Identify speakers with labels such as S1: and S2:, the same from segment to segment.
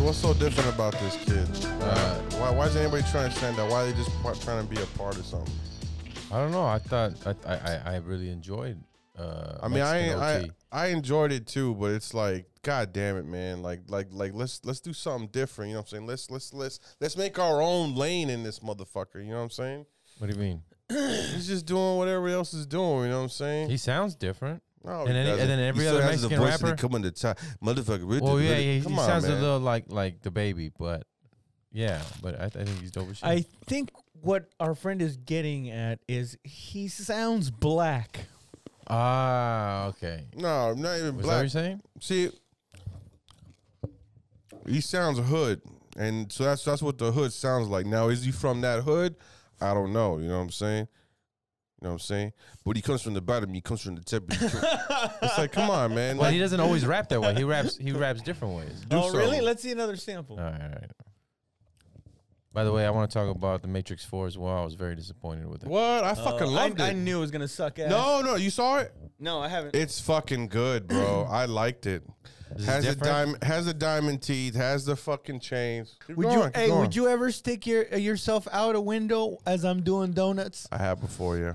S1: what's so different about this kid? Uh, why, why is anybody trying to stand out? Why are they just part, trying to be a part of something?
S2: I don't know. I thought I I, I, I really enjoyed. Uh,
S1: I mean,
S2: Mexican
S1: I, I
S2: OT.
S1: I enjoyed it too, but it's like, god damn it, man! Like like like let's let's do something different. You know what I'm saying? Let's let's let's let's make our own lane in this motherfucker. You know what I'm saying?
S2: what do you mean?
S1: He's just doing what everybody else is doing. You know what I'm saying?
S2: He sounds different.
S1: no,
S2: and then- and
S1: doesn't.
S2: then every
S1: he still
S2: other
S1: has the
S2: Mexican
S1: voice and
S2: rapper-
S1: they come into town, motherfucker. we're
S2: Well,
S1: the-
S2: yeah,
S1: we're the-
S2: yeah, he,
S1: come
S2: he
S1: on,
S2: sounds a
S1: man.
S2: little like like the baby, but yeah, but I, I think he's dope as shit.
S3: I think what our friend is getting at is he sounds black.
S2: ah, okay.
S1: No, not even
S2: Was that what
S1: black.
S2: you're saying?
S1: See, he sounds hood, and so that's that's what the hood sounds like. Now, is he from that hood? I don't know. You know what I'm saying? You know what I'm saying? But he comes from the bottom. He comes from the tip. it's like, come on, man.
S2: Well,
S1: Like,
S2: he doesn't always rap that way. He raps he raps different ways.
S1: do
S3: oh, really?
S1: something.
S3: Let's see another sample.
S2: All right, all right. By the way, I want to talk about the Matrix Four as well. I was very disappointed with it.
S1: What? I fucking
S3: Oh,
S1: loved
S3: I,
S1: it.
S3: I knew it was gonna suck ass.
S1: no, no, you saw it.
S3: no, I haven't.
S1: It's fucking good, bro. I liked it.
S2: This is
S1: Has the
S2: different?
S1: diamond, has the diamond teeth, has the fucking chains. Keep
S3: would
S1: going,
S3: you?
S1: keep
S3: Hey,
S1: going.
S3: would you ever stick your uh, yourself out a window as I'm doing donuts?
S1: I have before, yeah.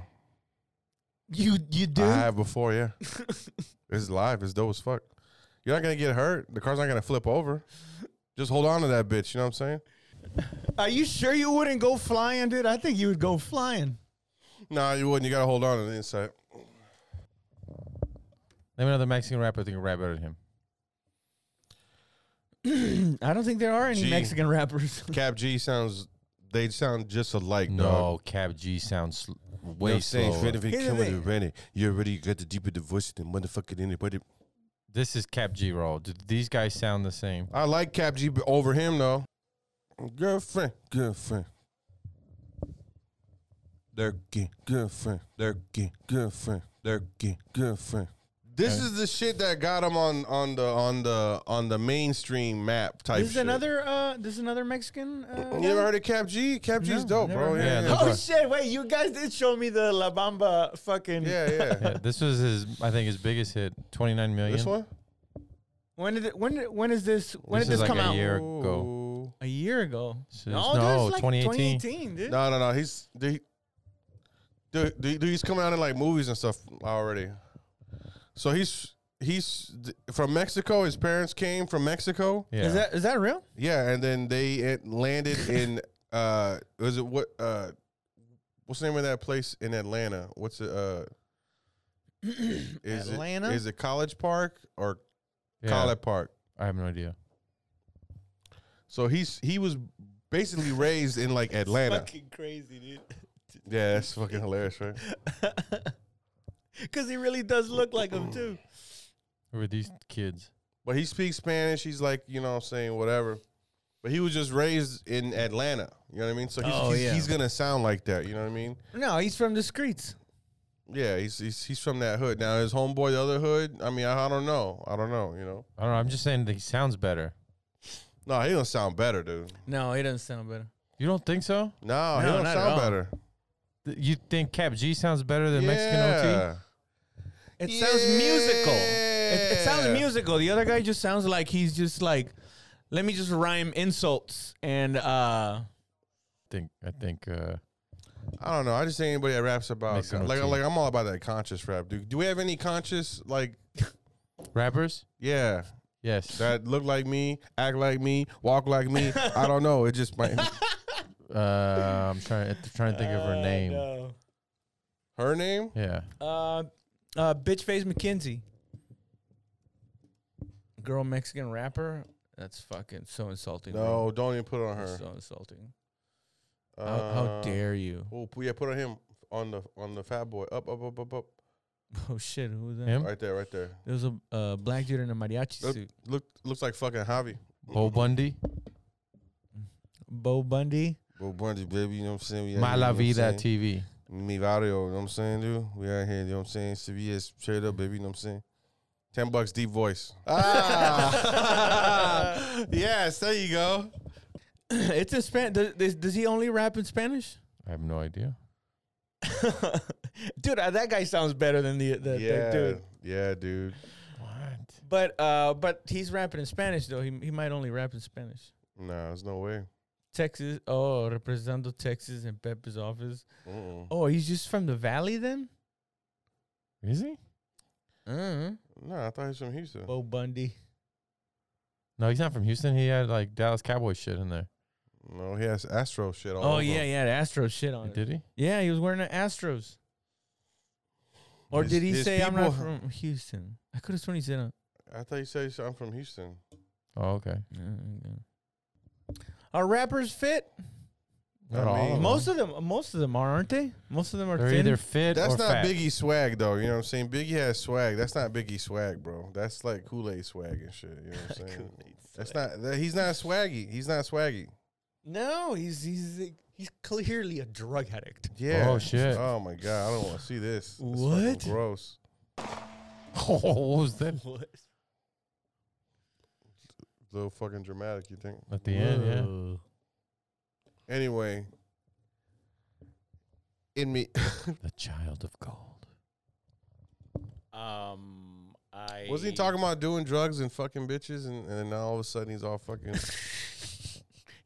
S3: You you do?
S1: I have before, yeah. it's live. It's dope as fuck. You're not gonna get hurt. The car's not gonna flip over. Just hold on to that bitch. You know what I'm saying?
S3: Are you sure you wouldn't go flying, dude? I think you would go flying.
S1: Nah, you wouldn't. You gotta hold on to the inside.
S2: Name another Mexican rapper that can rap better than him.
S3: I don't think there are any
S1: Gee.
S3: Mexican rappers.
S1: Cap G sounds. They sound just alike.
S2: No, Cap G sounds sl-
S1: Dog. You know what
S2: way
S1: I'm saying?
S2: slower.
S1: If anything
S3: Here's the
S1: come with
S3: thing.
S1: it, Randy, you already got the deeper divorce than motherfucking anybody.
S2: This is Cap G roll. Do these guys sound the same?
S1: I like Cap G b- over him though. Girlfriend, girlfriend. Durkin, girlfriend, Durkin, girlfriend, Durkin, girlfriend. This
S2: Okay.
S1: is the shit that got him on on the on the on the mainstream map type.
S3: This is
S1: shit.
S3: another. Uh, this is another Mexican. Uh,
S1: You ever heard of Cap G? Cap G's
S3: No,
S1: dope,
S3: never
S1: bro.
S3: heard
S1: Yeah,
S2: of
S1: yeah,
S2: him.
S3: Oh
S2: Okay.
S3: shit! Wait, you guys did show me the La Bamba fucking.
S1: yeah. yeah, yeah.
S2: Yeah, this was his, I think, his biggest hit. Twenty nine million.
S1: This one.
S3: When did it, when did, when is this? When
S2: This
S3: did
S2: is
S3: this
S2: like
S3: come
S2: a
S3: out?
S2: year ago.
S1: Ooh.
S3: A year ago.
S2: This is- no,
S3: it's like
S2: 2018.
S3: 2018, dude.
S1: No, no, no. He's dude, dude, dude, he's coming out in like movies and stuff already. So he's he's d- from Mexico. His parents came from Mexico.
S2: Yeah.
S3: Is that is that real?
S1: Yeah, and then they it landed in uh was it what uh what's the name of that place in Atlanta? What's it uh is
S3: Atlanta?
S1: It, is it College Park or
S2: Yeah,
S1: College Park?
S2: I have no idea.
S1: So he's he was basically raised in like Atlanta.
S3: Fucking crazy, dude.
S1: Yeah, that's fucking hilarious, right?
S3: Because he really does look like him too.
S2: Who are these kids?
S1: But he speaks Spanish. He's like, you know what I'm saying, whatever. But he was just raised in Atlanta. You know what I mean? So he's,
S3: Oh,
S1: he's,
S3: yeah.
S1: he's going to sound like that. You know what I mean?
S3: No, he's from the streets.
S1: Yeah, he's, he's he's from that hood. Now, his homeboy, the other hood, I mean, I, I don't know. I don't know, you know?
S2: I don't know. I'm just saying that he sounds better.
S1: No, he don't sound better, dude.
S3: No, he doesn't sound better.
S2: You don't think so?
S1: No, he
S3: No,
S1: don't
S3: not at
S1: sound
S3: all.
S1: better.
S2: Th- You think Cap G sounds better than Mexican OT?
S1: Yeah.
S3: It sounds musical. It, it sounds
S1: Yeah.
S3: musical. The other guy just sounds like he's just like, let me just rhyme insults and uh.
S2: I think I think uh,
S1: I don't know. I just say anybody that raps about,
S2: Mexican
S1: like,
S2: OT.
S1: like, I'm all about that conscious rap, dude. Do we have any conscious, like,
S2: rappers.
S1: yeah,
S2: Yes.
S1: that look like me, act like me, walk like me? I don't know. It just might.
S2: uh, I'm trying I'm trying to think of her name.
S1: Her name?
S2: Yeah.
S3: Uh, uh, bitch face McKenzie. Girl Mexican rapper. That's fucking so insulting. bro.
S1: No, don't even put it on her.
S3: so insulting.
S1: Uh,
S3: how, how dare you?
S1: Oh, p- yeah, put on him on the on the fat boy. Up, up, up, up, up.
S3: Oh shit, who was that?
S2: Him?
S1: Right there, right there.
S3: There was a uh, black dude in a mariachi
S1: Yep.
S3: suit.
S1: Look, looks like fucking Javi.
S2: Bo Bundy.
S3: Bo Bundy.
S1: Bo Bundy, baby, you know what I'm saying? We out
S2: My
S1: here,
S2: La
S1: you know what
S2: Vida
S1: I'm saying?
S2: TV.
S1: Mi barrio, you know what I'm saying, dude? We out here, you know what I'm saying? CVS, straight up, baby, you know what I'm saying? 10 bucks, deep voice. Ah! yes, there you go.
S3: it's in Spanish. Does, does, does he only rap in Spanish?
S2: I have no idea.
S3: dude, uh, that guy sounds better than the, the, the
S1: yeah,
S3: dude.
S1: yeah, dude.
S2: What?
S3: But uh, but he's rapping in Spanish though. He he might only rap in Spanish.
S1: Nah, there's no way.
S3: Texas. Oh, representando Texas in Pepe's office.
S1: Mm-mm.
S3: Oh, he's just from the Valley then.
S2: Is he?
S3: mm
S1: Nah, I thought he was from Houston.
S3: Bo Bundy.
S2: No, he's not from Houston. He had like Dallas Cowboys shit in there.
S1: No, he has Astro shit all
S3: Oh,
S1: over
S3: yeah,
S1: him.
S3: yeah, the Astros shit on it.
S2: Did he?
S3: Yeah, he was wearing the Astros. Or
S1: His-
S3: did he
S1: his
S3: say I'm not
S1: people-
S3: from Houston? I could have sworn he said. Uh,
S1: I thought you said he's- I'm from Houston.
S2: Oh, okay.
S3: Are rappers fit?
S1: I
S2: Not all
S1: mean-
S2: of
S3: Most
S2: them.
S3: of them, most of them are, aren't they? Most of them are
S2: They're
S3: thin.
S2: either fit
S1: That's
S2: or
S1: not
S2: fat.
S1: Biggie swag though. You know what I'm saying? Biggie has swag. That's not Biggie swag, bro. That's like Kool Aid swag and shit. You know what I'm saying? That's not. That, he's not swaggy. He's not swaggy.
S3: No, he's he's he's clearly a drug addict.
S1: Yeah.
S2: Oh, shit.
S1: Oh my god. I don't want to see this. It's fucking
S3: What?
S1: Gross.
S2: Oh, what was that?
S3: What?
S1: A little fucking dramatic. You think?
S2: At the end, yeah.
S1: Anyway. In me.
S2: The child of gold. Oh.
S3: Um, I
S1: Wasn't he talking about doing drugs and fucking bitches, and, and now all of a sudden he's all fucking.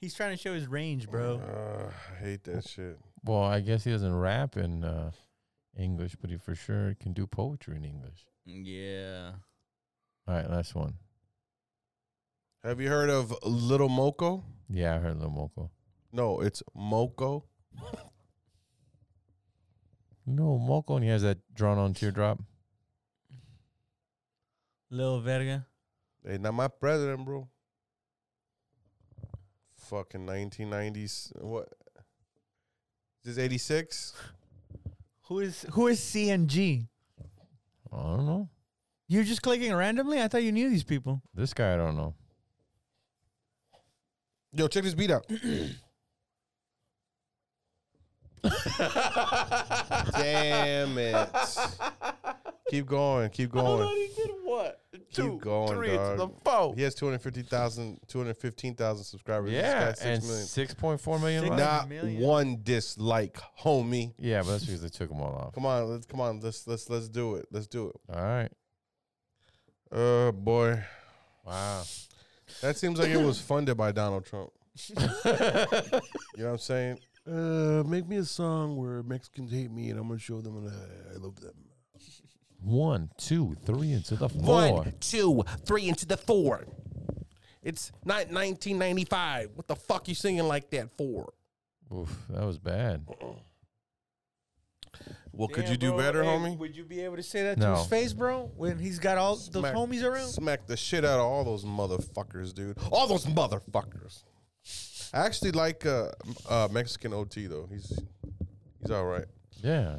S3: He's trying to show his range, bro.
S1: Uh, I hate that shit.
S2: Well, I guess he doesn't rap in uh, English, but he for sure can do poetry in English.
S3: Yeah.
S2: All right, last one.
S1: Have you heard of Little Moco?
S2: Yeah, I heard Lil Moco.
S1: No, it's Moco.
S2: No, Moco, and he has that drawn on teardrop.
S3: Lil Verga.
S1: Hey, not my president, bro. Fucking 1990s. What? Is this 86?
S3: Who is who is CNG?
S2: I don't know.
S3: You're just clicking randomly? I thought you knew these people.
S2: This guy, I don't know.
S1: Yo, check this beat out. Damn it. Keep going. Keep going.
S3: he did what?
S1: Two, going, three, to dog. the
S3: four.
S1: He has 250,000, 215,000 subscribers. This
S2: Yeah,
S1: guy's
S2: and
S1: 6 million.
S2: six point four million.
S3: Six-
S2: likes?
S3: Nah.
S1: Not
S3: million.
S1: one dislike, homie.
S2: Yeah, but that's because they took them all off.
S1: Come on, let's come on, let's let's let's do it. Let's do it.
S2: All right.
S1: Uh boy.
S2: Wow.
S1: That seems like it was funded by Donald Trump. You know what I'm saying? Uh, make me a song where Mexicans hate me, and I'm gonna show them that I love them.
S2: One, two, three, into the four.
S4: One, two, three into the four. It's not 1995. What the fuck you singing like that for?
S2: Oof, that was bad.
S1: Well, could you do better, homie?
S3: Would you be able to say that
S2: No.
S3: to his face, bro? When he's got all those
S1: Smack-
S3: homies around?
S1: Smack the shit out of all those motherfuckers, dude. All those motherfuckers. I actually like uh, uh, Mexican OT though. He's he's all right.
S2: Yeah.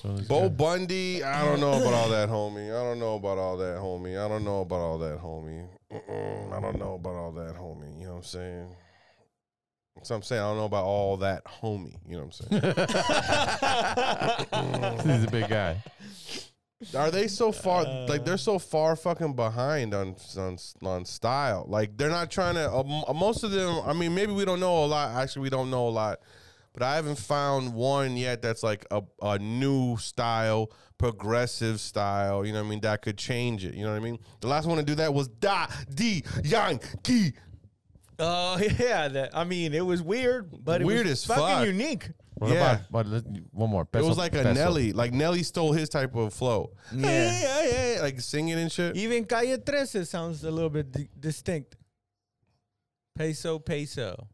S2: So this
S1: Bo
S2: guy-
S1: Bundy, I don't know about all that, homie. I don't know about all that, homie. I don't know about all that, homie. Mm-mm, I don't know about all that, homie. You know what I'm saying? So I'm saying I don't know about all that, homie. You know what I'm saying?
S2: He's a big guy.
S1: Are they so far? like
S3: Uh.
S1: they're so far fucking behind on on, on style. Like they're not trying to. Uh, most of them. I mean, maybe we don't know a lot. Actually, we don't know a lot. But I haven't found one yet that's like a, a new style, progressive style. You know what I mean? That could change it. You know what I mean? The last one to do that was Da D Yankee.
S3: Oh yeah, that I mean it was weird, but it
S1: Weird
S3: was
S1: as
S3: fucking
S1: fuck.
S3: unique.
S2: What
S1: Yeah.
S2: about but let, one more?
S1: It
S2: Peso-
S1: was like a
S2: peso.
S1: Nelly. Like Nelly stole his type of flow. Yeah, yeah, yeah. Like singing and shit.
S3: Even Calle 13 sounds a little bit di- distinct. Peso, peso.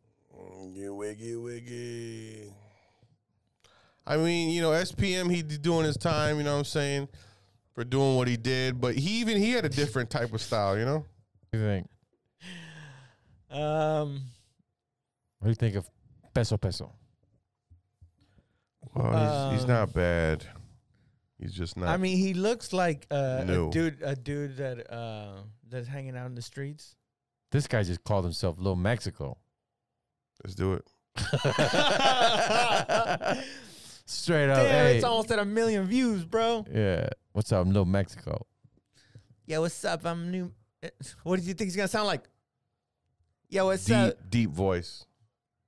S1: You wiggy wiggy. I mean, you know, SPM he d- doing his time, you know what I'm saying? For doing what he did, but he even he had a different type of style, you know?
S2: What do you think?
S3: Um,
S2: What do you think of peso peso?
S1: Well, he's, he's
S3: Um,
S1: not bad. He's just not
S3: I mean, he looks like uh,
S1: No.
S3: a dude, a dude that uh, that's hanging out in the streets.
S2: This guy just called himself Little Mexico.
S1: Let's do it.
S2: Straight up.
S3: Damn,
S2: hey.
S3: it's almost at a million views, bro.
S2: yeah. What's up, Little Mexico?
S3: Yo, what's up? I'm new. What do you think he's gonna sound like? Yo, what's
S1: Deep
S3: up?
S1: deep voice.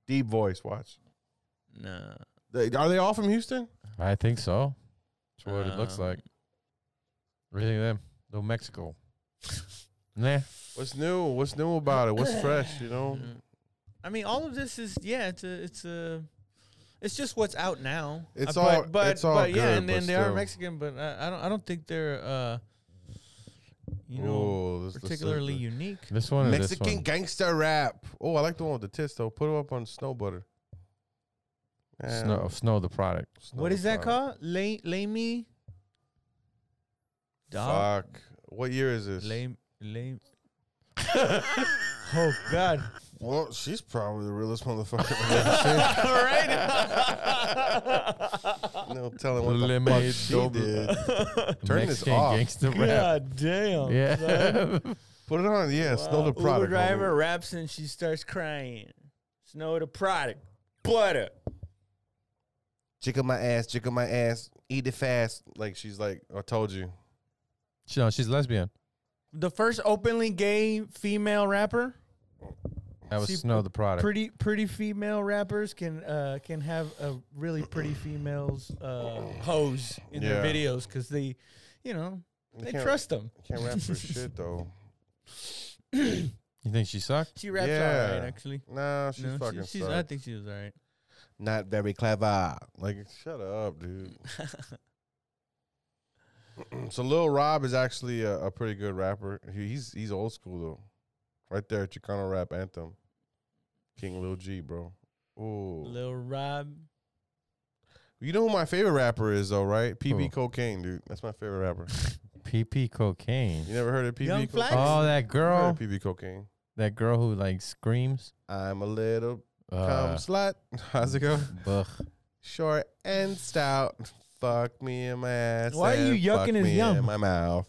S1: Deep voice, watch.
S3: Nah.
S1: They- Are they all from Houston?
S2: I think so. That's what it looks
S3: Um,
S2: like. What do you think of them? No Mexico. nah.
S1: What's new? What's new about it? What's fresh? You know.
S2: Mm-hmm.
S3: I mean, all of this is yeah. It's a it's a it's just what's out now.
S1: It's
S3: Uh,
S1: all- it's all
S3: but yeah,
S1: good,
S3: and then
S1: but
S3: they are
S1: still.
S3: Mexican, but I, I don't I don't think they're uh you know
S1: Oh, this- this- this-
S3: particularly
S1: this-
S3: unique.
S2: This one or this
S1: Mexican
S2: one?
S1: gangster rap. Oh, I like the one with the tits though. Put it up on Snow Butter. Man,
S2: Snow, Snow the product.
S1: Snow
S3: What is that
S1: Butter.
S3: called? Lay lay me. Dog.
S1: Fuck. What year is this?
S3: Lame, lame. oh God!
S1: Well, she's probably the realest motherfucker I've
S3: All right.
S1: ever seen. No telling what the
S2: Lemonade
S1: fuck she
S2: Dope.
S1: did. Turn this
S2: Mexican
S1: off.
S2: gangster rap.
S3: God damn.
S2: Yeah.
S1: Put it on. Yeah, Snow the
S3: Uber
S1: product.
S3: driver raps and she starts crying. Snow the product. Butter.
S1: Jiggle my ass. Jiggle my ass. Eat it fast. Like she's like, I told you.
S2: she, no, she's lesbian.
S3: The first openly gay female rapper.
S2: That was
S3: She
S2: Snow the product.
S3: Pretty pretty female rappers can uh, can have a really pretty females uh, pose in their
S1: Yeah.
S3: videos because they, you know, they
S1: can't-
S3: trust them.
S1: Can't rap for shit though.
S2: you think she sucked?
S3: She raps all
S1: Yeah.
S3: right actually.
S1: Nah, she's
S3: No, she-
S1: fucking.
S3: she's,
S1: sucks.
S3: I think she was all right.
S1: not very clever. Like, shut up, dude. so Lil Rob is actually a, a pretty good rapper. He, he's he's old school though. Right there, Chicano rap anthem. King Lil G, bro. Ooh.
S3: Lil Rob.
S1: You know who my favorite rapper is though, right? PB
S2: Who?
S1: Cocaine, dude. That's my favorite rapper.
S2: PP cocaine.
S1: You never heard of PB
S3: Young
S1: Cocaine?
S3: Flex?
S2: Oh, that
S1: You heard
S2: girl.
S1: of PB Cocaine.
S2: That girl who like screams.
S1: I'm a little cum
S2: Uh,
S1: slut. How's it go?
S2: ugh.
S1: Short and stout. Fuck me in my ass.
S3: Why are you
S1: and fuck
S3: yucking his
S1: me
S3: yum?
S1: In my mouth.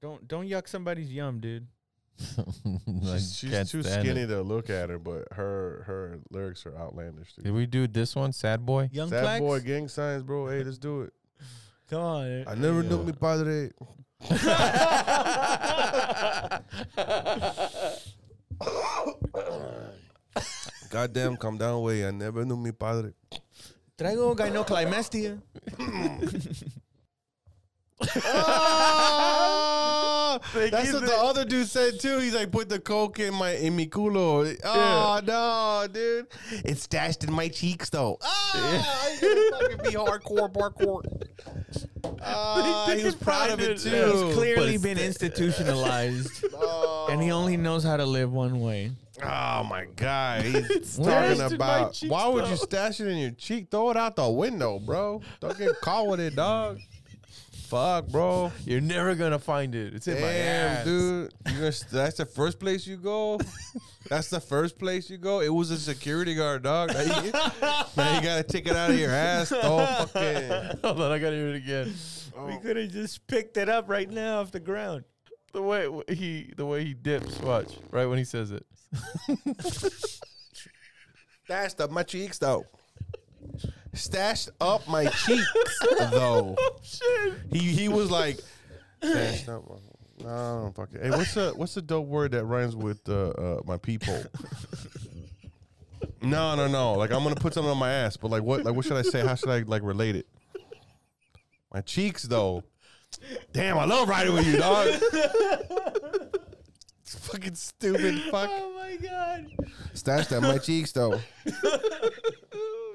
S3: Don't don't yuck somebody's yum, dude.
S2: I
S1: She's, she's
S2: can't
S1: too
S2: stand it.
S1: skinny to look at her, but her her lyrics are outlandish.
S2: Did
S1: Dude.
S2: we do this one, Sad Boy?
S3: Young
S1: Sad
S3: Flex.
S1: boy, gang signs, bro. Hey, let's do it.
S3: Come on. eh.
S1: I never knew me padre. Goddamn, come down way. I never knew me padre.
S3: Traigo gynoclimestia.
S1: That's what the other dude said too. He's like, put the coke in my in mi culo. Oh no, dude, it's stashed in my cheeks though. Ah, yeah. gonna fucking be hardcore, parkour. Ah, he was proud of it too.
S3: He's clearly been institutionalized, and he only knows how to live one way.
S1: Oh my god, he's
S2: stashed
S1: talking
S2: in my
S1: about
S2: cheeks,
S1: why would you stash it in your cheek? Throw it out the window, bro. Don't get caught with it, dog. Fuck, bro.
S2: You're never gonna find it. It's in my
S1: Damn,
S2: ass.
S1: dude. You gonna, st- that's the first place you go. That's the first place you go. It was a security guard, dog. Now you, now you gotta take it out of your ass. Oh, fucking.
S2: Hold on, I gotta hear it again.
S3: We could have just picked it up right now off the ground.
S2: The way w- he, the way he dips. Watch right when he says it.
S1: Stashed up my cheeks, though. Stashed up my cheeks, though. He he was like, stashed up. my- No, I don't fucking. Hey, what's a what's a dope word that rhymes with uh, uh, my people? No, no, no. Like I'm gonna put something on my ass, but like what? Like what should I say? How should I like relate it? My cheeks, though. Damn, I love riding with you, dog. fucking stupid fuck.
S3: Oh my god!
S1: Stashed on my cheeks though.
S2: Oh,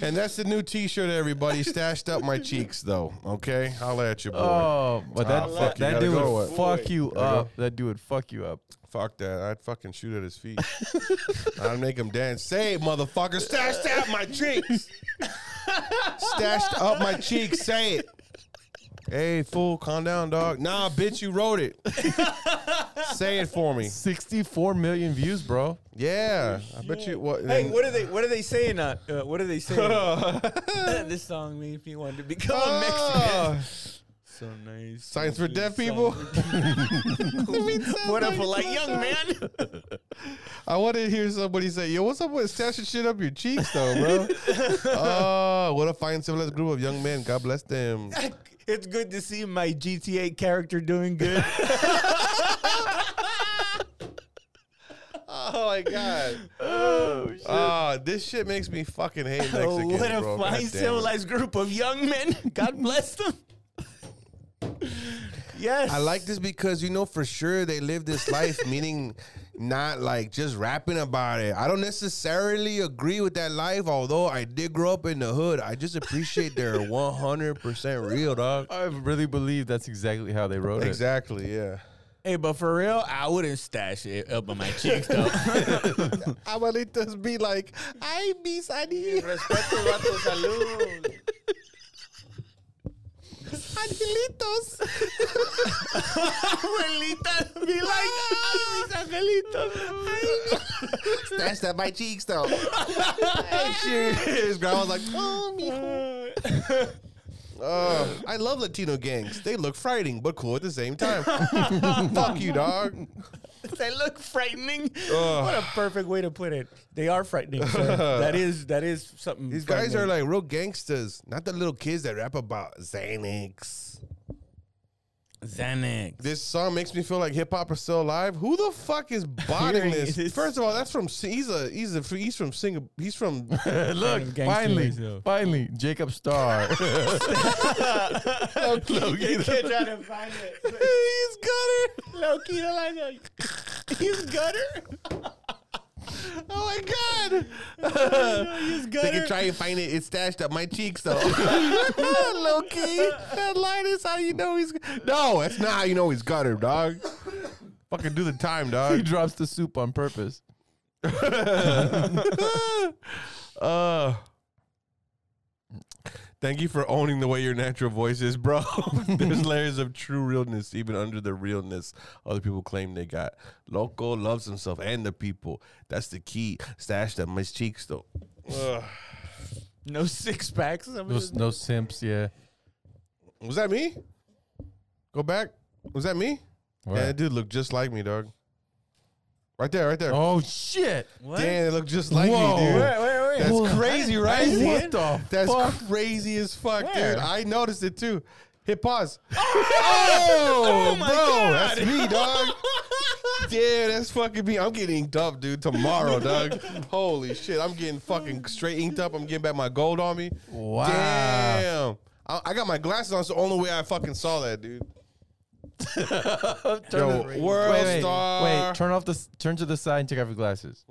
S1: And that's the new T-shirt, everybody. Stashed up my cheeks, though. Okay, holla at your boy.
S2: Oh, but that
S1: Ah, fuck, you
S2: that
S1: gotta
S2: dude
S1: go
S2: would
S1: with-
S2: fuck you
S1: go.
S2: up. That dude would fuck you up.
S1: Fuck that! I'd fucking shoot at his feet. I'd make him dance. Say, it, motherfucker, stashed up my cheeks. stashed up my cheeks. Say it. Hey, fool, calm down, dog. Nah, bitch, you wrote it. Say it for me.
S2: Sixty-four million views, bro.
S1: Yeah, I bet you. What?
S3: Hey, what are they? What are they saying? Uh, uh, what are they saying? this song made me want to become a Mexican.
S1: Oh,
S3: So nice.
S1: Signs for deaf people.
S3: what a polite young man.
S1: I want to hear somebody say, "Yo, what's up with stashing shit up your cheeks, though, bro?" oh, what a fine civilized group of young men. God bless them.
S3: it's good to see my GTA character doing good.
S1: Oh my god.
S3: oh, shit.
S1: Ah, this shit makes me fucking hate
S3: Oh,
S1: Mexicans,
S3: what a
S1: bro. God
S3: fine
S1: damn it.
S3: civilized group of young men. God bless them.
S5: Yes.
S1: I like this because you know for sure they live this life, meaning not like just rapping about it. I don't necessarily agree with that life, although I did grow up in the hood. I just appreciate their 100% real, dog.
S2: I really believe that's exactly how they wrote it.
S1: Exactly, yeah.
S3: Hey, but for real, I wouldn't stash it up in my cheeks though.
S1: Abuelitas be like, I be Sadi.
S6: Respeto, vato, salud.
S1: Angelitos.
S3: Abuelitas be like, "Ay, mis angelitos.
S1: That's that my cheeks, though. His grandma's like, oh, mijo. Uh, I love Latino gangs. They look frightening, but cool at the same time. Fuck you, dog.
S3: They look frightening.
S5: What a perfect way to put it. They are frightening. sir. that is that is something.
S1: These guys are
S5: frightening.
S1: like real gangsters, not the little kids that rap about Xanax.
S3: Xanax.
S1: This song makes me feel like hip hop is still alive. Who the fuck is botting this? First of all, that's from Si- he's a he's a he's from Singapore. He's from
S2: Look,
S5: Gangsta
S2: finally,
S5: ways, though.
S2: finally, Jacob Starr.
S3: They can't try to find it.
S1: he's gutter.
S3: Loki, like he's gutter.
S1: Oh my god.
S3: He's
S1: They
S3: gutter.
S1: can try and find it. It's stashed up my cheeks though. Low key. That line is how you know he's No, that's not how you know he's gutter, dog. Fucking do the time,
S2: he
S1: dog.
S2: drops the soup on purpose.
S1: Uh Thank you for owning the way your natural voice is, bro. There's layers of true realness even under the realness other people claim they got. Loco loves himself and the people. That's the key. Stashed up my cheeks though.
S3: no six packs.
S2: No, no simps, yeah.
S1: Was that me? Go back. Was that me?
S2: What?
S1: Yeah, that dude looked just like me, dog. Right there, right there.
S2: Oh shit!
S1: Damn, it looked just like
S2: Whoa.
S1: me, dude.
S2: Wait,
S5: wait,
S1: That's crazy, right?
S2: Hey, what the
S1: That's
S2: fuck?
S1: crazy as fuck,
S5: Where?
S1: dude. I noticed it too. Hit pause. Oh, bro, that's me, dog. Damn, that's fucking me. I'm getting inked up, dude. Tomorrow, dog. Holy shit, I'm getting fucking straight inked up. I'm getting back my gold on me.
S2: Wow.
S1: Damn. I, I got my glasses on, so the only way I fucking saw that, dude. Yo, world
S2: wait, wait,
S1: star. Hmm.
S2: wait, turn off the s- turn to the side and take off your glasses.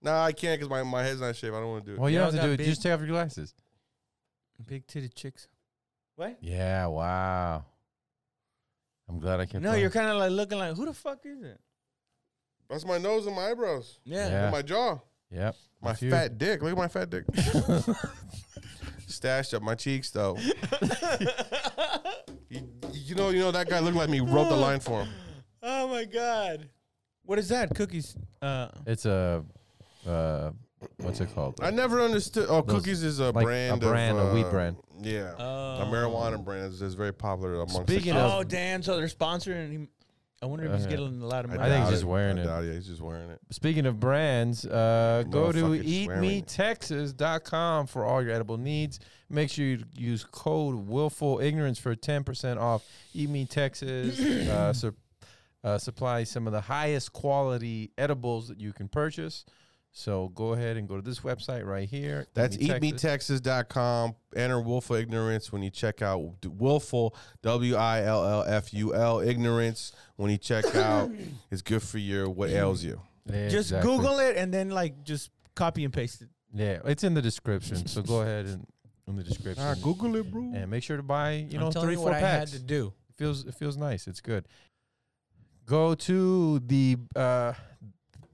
S1: Nah, I can't because my, my head's not shaved. I don't want to do it.
S2: Well, you
S3: Y'all
S2: don't have
S3: got
S2: to do it.
S3: big-
S2: Just take off your glasses.
S3: Big titty chicks.
S2: Yeah. Wow. I'm glad I kept.
S5: No,
S2: going.
S5: you're kind of like looking like who the fuck is it?
S1: That's my nose and my eyebrows.
S5: Yeah.
S2: Yeah.
S1: And my jaw.
S2: Yep.
S1: My
S2: that's you.
S1: fat dick. Look at my fat dick. Stashed up my cheeks though. you, you know, you know that guy looked like me. Wrote the line for him.
S5: Oh my god. What is that? Cookies. Uh,
S2: It's a, uh, what's it called?
S1: I never understood. Oh,
S2: Those-
S1: cookies is a
S2: like a
S1: brand,
S2: brand,
S1: of,
S2: a weed
S1: uh,
S2: brand.
S1: Yeah, a
S5: Oh.
S1: marijuana brand is, is very popular amongst.
S2: Speaking
S1: the-
S2: of-
S5: oh damn! So they're sponsoring him. I wonder if he's
S2: Uh-huh.
S5: getting a lot of money.
S2: I think
S1: doubt
S2: he's just wearing
S1: I
S2: it.
S1: doubt it. He's just wearing it.
S2: Speaking of brands, uh, go to
S1: Motherfucker's swearing.
S2: eatmetexas.com for all your edible needs. Make sure you use code willful ignorance for 10% off. Eat Me Texas uh, su- uh, supplies some of the highest quality edibles that you can purchase. So go ahead and go to this website right here.
S1: That's
S2: Eat Me Texas.
S1: eatmetexas.com. Enter willful ignorance when you check out d- willful W I L L F U L ignorance when you check out. it's good for your what ails you.
S5: just
S2: Exactly.
S5: Google it and then like just copy and paste it.
S2: Yeah, it's in the description. So go ahead and in the description.
S1: Google it, bro.
S2: and make sure to buy, you know,
S3: I'm telling
S2: three,
S3: you
S2: four
S3: what I had
S2: packs.
S3: to do.
S2: It feels it feels nice. It's good. Go to the uh,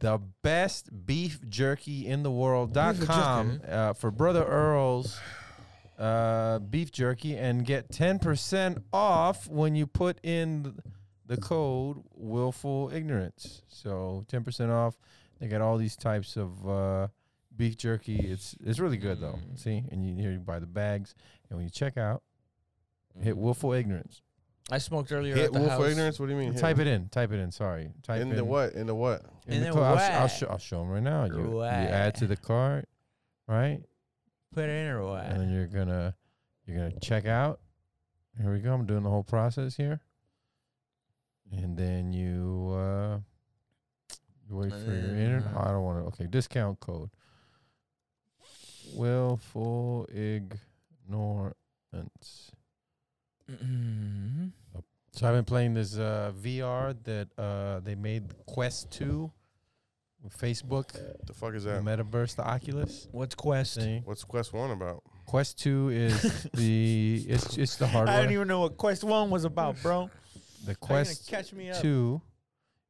S2: the best beef jerky in the world.com uh, for Brother Earl's uh, beef jerky and get 10% off when you put in the code willful ignorance. So 10% off. They got all these types of uh, beef jerky. It's it's really good though.
S3: Mm.
S2: See, and you here you buy the bags, and when you check out, hit willful ignorance.
S3: Mm. I smoked earlier
S1: Hit
S3: at the
S1: willful
S3: house.
S1: ignorance. What do you mean?
S2: Type it in. Type it in. Sorry. Type
S1: in
S2: in
S1: the what? In the what?
S2: In,
S3: In
S2: the
S3: the
S2: cart. I'll, sh- I'll,
S3: what?
S2: sh- I'll show them right now. You, you
S3: What?
S2: add to the cart, right?
S3: Put it in or what?
S2: And then you're gonna you're gonna check out. Here we go. I'm doing the whole process here. And then you uh, you wait for your inter-
S3: Uh.
S2: I don't want to. Okay, discount code. Willful ignorance.
S5: Mm-hmm.
S3: Mhm.
S2: So I've been playing this uh, VR that uh, they made Quest Two, Facebook,
S1: The fuck is
S2: the
S1: that?
S2: Metaverse, the Oculus
S5: What's Quest?
S2: thing.
S1: What's Quest One about?
S2: Quest Two is the it's it's the
S5: I
S2: hardware.
S5: don't even know what Quest One was about, bro.
S2: the
S5: How you gonna
S2: Quest
S5: catch me up.
S2: Two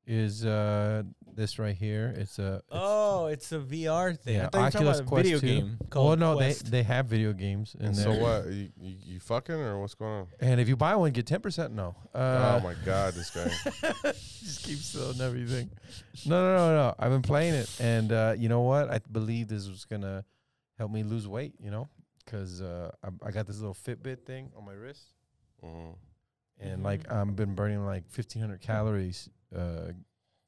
S2: is uh, this right here. It's a it's
S3: Oh, it's a VR thing.
S2: Yeah,
S3: I thought you were
S2: Oculus
S3: talking about a
S2: Quest
S3: video
S2: 2.
S3: game
S2: Oh
S3: called
S2: no,
S3: Quest.
S2: they they have video games in
S1: And
S2: there.
S1: so what? You, you, you fucking or what's going on?
S2: And if you buy one, get ten percent. No. Uh,
S1: oh my god, this guy.
S2: just keep selling everything. No, no, no, no. I've been playing it, and uh, you know what? I believe this was gonna help me lose weight. You know, because uh, I, I got this little Fitbit thing on my wrist,
S1: Mhm.
S2: and like I've been burning like fifteen hundred calories, uh,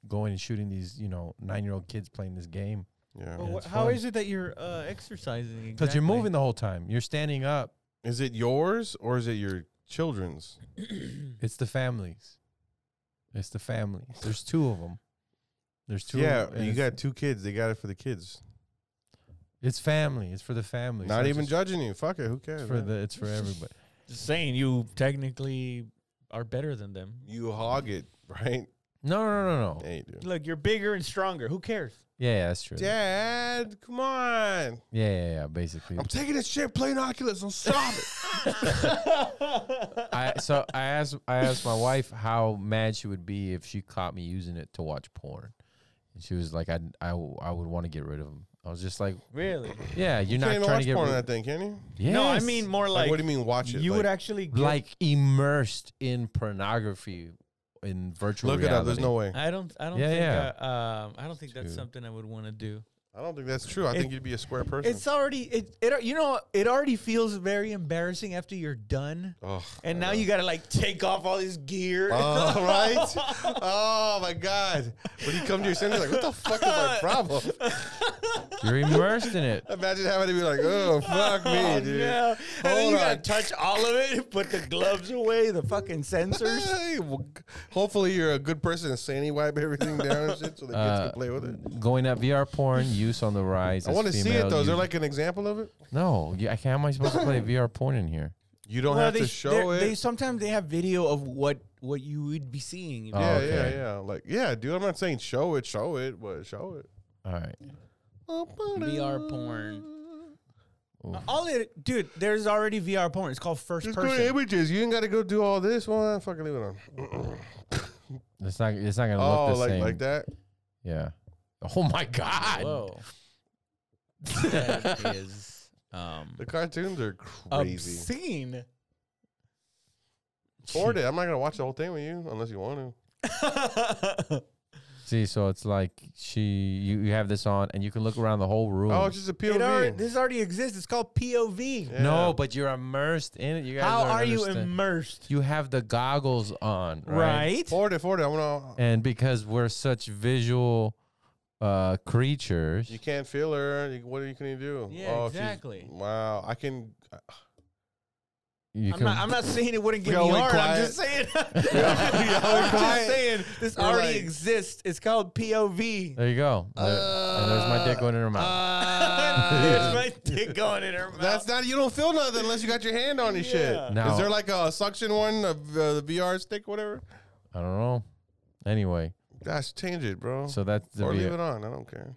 S2: going and shooting these you know nine year old kids playing this game.
S1: Yeah.
S2: Yeah,
S3: Well,
S2: it's
S3: wh- how
S2: fun.
S3: is it that you're uh, exercising? Because
S2: Because you're moving the whole time. You're standing up.
S1: Is it yours or is it your children's?
S2: It's the families. It's the families. There's two of them. There's two. of
S1: yeah,
S2: 'em, and
S1: you
S2: it's-
S1: got two kids. They got it for the kids.
S2: It's family. It's for the family.
S1: Not even judging you. Fuck it. Who cares?
S2: for
S1: man?
S2: the. It's for everybody.
S3: Just saying, you technically are better than them.
S1: you hog it, right?
S2: No, no, no, no.
S1: Hey, dude.
S5: Look, you're bigger and stronger. Who cares?
S2: Yeah, yeah that's true. Yeah,
S1: Dad, come on.
S2: yeah, yeah. basically,
S1: I'm taking this shit playing Oculus. Don't stop it.
S2: I so I asked I asked my wife how mad she would be if she caught me using it to watch porn, and she was like, "I I, I would want to get rid of them." I was just like,
S5: Really?
S2: "Yeah, you're
S1: You
S2: not
S1: can't even
S2: trying
S1: watch
S2: to get
S1: porn
S2: rid
S1: on
S2: of
S1: that thing, can you?
S2: yes.
S5: No, I mean more
S1: Like,
S5: like,
S1: what do you mean watch it?
S5: you
S1: Like,
S5: would actually get,
S2: like immersed in pornography in virtual
S1: look it
S2: reality.
S1: up. There's no way.
S3: I don't. I don't.
S2: Yeah,
S3: think
S2: yeah.
S5: uh,
S3: I, um, I don't think that's
S2: Dude.
S3: something I would want to do.
S1: I don't think that's true. I think
S5: It-
S1: you'd be a square person.
S5: it's already it, it you know it already feels very embarrassing after you're done.
S1: Ugh,
S5: And
S1: I
S5: now
S1: know.
S5: you gotta like take off all this gear.
S1: Oh, right? Oh, my God. When you come to your senses, like, what the fuck is my problem?
S2: You're immersed in it.
S1: Imagine having to be like, oh, fuck me, dude.
S5: Yeah. And then
S1: Hold
S5: you gotta
S1: on.
S5: touch all of it, put the gloves away, the fucking sensors.
S1: Hey, well, g- hopefully you're a good person and sandy wipe everything down and shit so the kids
S2: Uh,
S1: can play with it.
S2: Going up VR porn use on the rise.
S1: I
S2: as
S1: want to see it
S2: female
S1: though. Is there
S2: use-
S1: like an example of it?
S2: no? You, I can't, how am I supposed to play VR porn in here?
S1: You don't
S5: Well,
S1: have
S5: they,
S1: to show
S5: they're-
S1: it.
S5: They sometimes they have video of what what you would be seeing.
S2: Oh,
S1: yeah,
S2: okay.
S1: yeah, yeah. Like, yeah, dude. I'm not saying show it, show it, but show it.
S2: All right.
S3: VR porn.
S5: All it, dude. There's already VR porn. It's called first
S1: Just go to
S5: person.
S1: images. You ain't got to go do all this. Well, fucking leave it on.
S2: It's not. It's not gonna
S1: Oh,
S2: look the
S1: like
S2: same.
S1: like that.
S2: Yeah. Oh my god.
S3: Whoa. that is. Um,
S1: The cartoons are crazy.
S5: Obscene.
S1: Afford it. I'm not gonna watch the whole thing with you unless you want to.
S2: See, so it's like she. You, you have this on, and you can look around the whole room.
S1: Oh, it's just a
S5: It already,
S1: POV.
S5: this already exists. It's called POV.
S1: Yeah.
S2: No, but you're immersed in it. You guys
S5: How
S2: don't
S5: are you
S2: understand.
S5: immersed?
S2: You have the goggles on, right?
S5: Right.
S1: Afford it. Afford it. I want to.
S2: And because we're such visual uh creatures,
S1: You can't feel her. You- What can you do? Oh,
S3: Yeah,
S1: she's-
S3: exactly.
S1: Wow. I can.
S2: you
S5: I'm not, I'm not saying it wouldn't get
S1: We all
S5: me
S1: went
S5: hard. I'm
S1: quiet.
S5: just saying.
S1: all
S5: I'm
S1: quiet.
S5: just saying. This
S1: We're
S5: already
S1: like-
S5: exists. It's called POV.
S2: There you go. There- and there's my dick going in her mouth.
S5: Uh, There's my dick going in her mouth.
S1: That's not. You don't feel nothing unless you got your hand on your shit.
S2: No.
S1: Is there like a suction one, a, uh, the VR stick, whatever?
S2: I don't know. Anyway,
S1: Gosh, change it, bro.
S2: so that's the
S1: or leave
S2: video.
S1: it on. I don't care.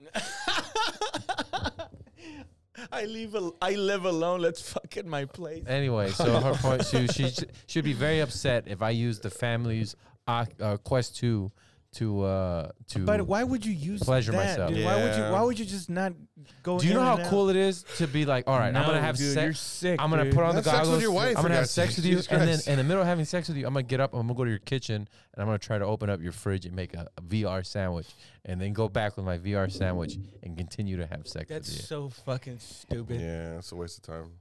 S5: I leave. Al- I live alone. Let's fuck in my place.
S2: Anyway, so her point, she she sh- should be very upset if I use the family's uh, uh, Quest Two to uh to.
S5: But why would you use
S2: Pleasure
S5: that,
S2: myself.
S5: Dude? Why would you?
S1: Yeah.
S5: Why would you just not go?
S2: Do you
S5: in
S2: know how
S5: and out?
S2: cool it is to be like, all right, I'm gonna have
S3: dude, You're
S2: sex.
S3: sick.
S2: I'm gonna
S3: dude.
S2: put on
S1: Have
S2: the
S1: sex with
S2: goggles.
S1: your wife,
S2: I'm gonna
S1: for
S2: have
S1: God's
S2: sex
S1: sake.
S2: with you,
S1: Jesus
S2: and then
S1: Christ.
S2: in the middle of having sex with you, I'm gonna get up. I'm gonna go to your kitchen, and I'm gonna try to open up your fridge and make a, a VR sandwich, and then go back with my VR sandwich and continue to have sex
S5: That's
S2: with you.
S5: so fucking stupid.
S1: Yeah, it's a waste of time.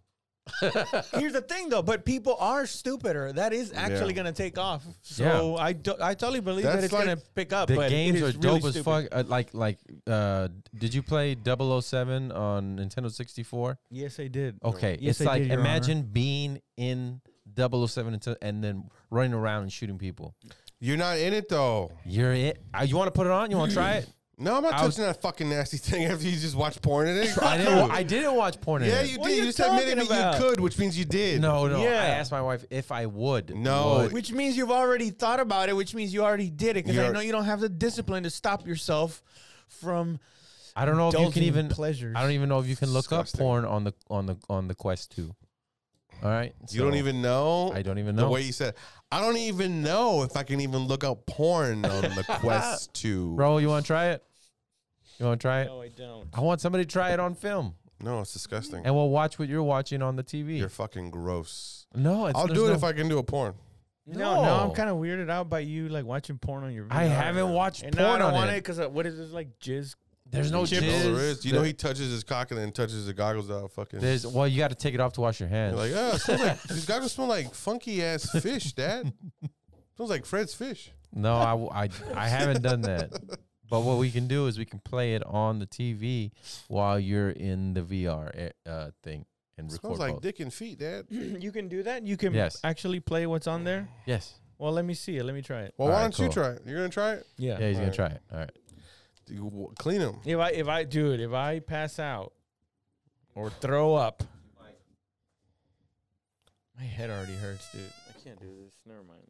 S5: Here's the thing, though. But people are stupider. That is actually
S1: Yeah.
S5: gonna take off. So
S2: Yeah.
S5: I, do, I totally believe that
S1: That's
S5: it's
S1: like-
S5: gonna pick up.
S2: The
S5: but it
S2: games
S5: is
S2: are
S5: really
S2: dope as
S5: stupid.
S2: fuck. Uh, like, like, uh, did you play 007 on Nintendo 64?
S5: Yes, I did.
S2: Okay,
S5: Yes,
S2: it's
S5: I
S2: like
S5: did, Your Honor.
S2: imagine being in 007 and, t- and then running around and shooting people.
S1: You're not in it though.
S2: You're it. Uh, you want to put it on? You want to try it?
S1: No, I'm not
S2: I was-
S1: touching that fucking nasty thing after you just watched porn in it.
S2: I didn't. I didn't watch porn. in
S1: Yeah,
S2: it.
S1: you
S3: What
S1: did.
S3: are
S1: You,
S3: you
S1: just admitted
S3: talking
S1: that
S3: about?
S1: you could, which means you did.
S2: No, no.
S3: Yeah.
S2: I asked my wife if I would.
S1: No.
S2: Would.
S3: Which means you've already thought about it, which means you already did it. Because I
S1: You're-
S3: know you don't have the discipline to stop yourself from
S2: I don't know if you can
S3: indulging
S2: even.
S3: pleasures.
S2: I don't even know if you can look
S1: Disgusting.
S2: up porn on the on the on the Quest Two. All right.
S1: You don't
S2: so
S1: even know.
S2: I don't even
S1: The
S2: know.
S1: way you said, I don't even know if I can even look up porn on the Quest 2.
S2: Bro, you want to try it? You want to try it?
S7: I don't.
S2: I want somebody to try it on film,
S1: No, it's disgusting.
S2: and we'll watch what you're watching on the TV.
S1: You're fucking gross.
S2: no, it's,
S1: I'll
S2: there's
S1: do it
S2: no-
S1: if I can do a porn.
S3: No, no, I'm
S2: No.
S3: kind of weirded out by you like watching porn on your.
S2: I haven't watched
S3: and
S2: porn
S3: no, I don't
S2: on
S3: want
S2: it.
S3: it because what is this like jizz?
S2: There's no
S3: Chips.
S2: jizz.
S7: Oh,
S1: No, there is. You know,
S2: There-
S1: he touches his cock and then touches the goggles out. Fucking.
S2: There's well, you got to take it off to wash your hands.
S1: You're like, oh, it smells like, these goggles smell like funky ass fish, Dad. smells like Fred's fish.
S2: No, I w- I, I haven't done that. But what we can do is we can play it on the TV while you're in the VR uh, uh, thing and record
S1: smells like
S2: both.
S1: dick and feet, Dad.
S3: you can do that. You can
S2: Yes.
S3: actually play what's on there.
S2: Yes.
S3: Well, let me see it. Let me try it.
S1: Well,
S2: All
S1: why
S2: right,
S1: don't you
S2: cool.
S1: try it? You're gonna try it.
S3: Yeah.
S2: Yeah, he's gonna
S1: Alright.
S2: try it. All right.
S1: You w- Clean him.
S3: If I if I dude if I pass out or throw up, my head already hurts, dude.
S7: I can't do this. Never mind.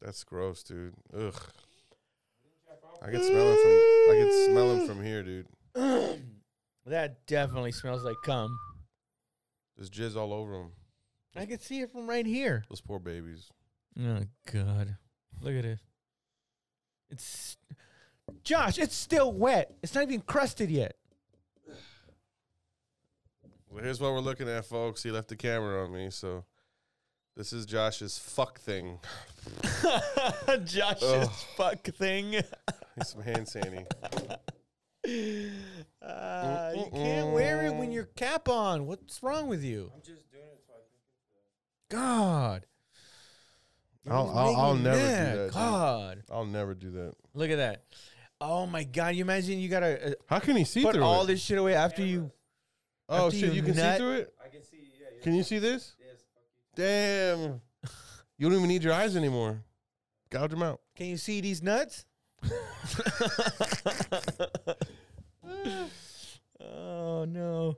S1: That's gross, dude. Ugh. I can smell it from. I can smell him from here, dude.
S3: That definitely smells like cum.
S1: There's jizz all over him.
S3: I can see it from right here.
S1: Those poor babies.
S3: Oh God, look at it. It's Josh. It's still wet. It's not even crusted yet.
S1: Well, here's what we're looking at, folks. He left the camera on me, so this is Josh's fuck thing.
S3: Josh's
S1: Ugh.
S3: fuck thing.
S1: He's some hand sandy.
S3: Uh, you can't wear it when your cap on. What's wrong with you? I'm just doing it. God.
S1: I'll,
S3: It's
S1: I'll,
S3: making
S1: I'll
S3: me
S1: never
S3: mad.
S1: do that. dude.
S3: God.
S1: I'll never do that.
S3: Look at that. Oh my God. You imagine you got to uh,
S1: How can he see
S3: put
S1: through
S3: all
S1: it?
S3: this shit away after you.
S1: oh
S3: after
S1: shit,
S3: you
S1: you can
S3: nut-
S1: see through it. I can see. Yeah. Can you see this? Damn. you don't even need your eyes anymore. Gouge them out.
S3: Can you see these nuts? oh no.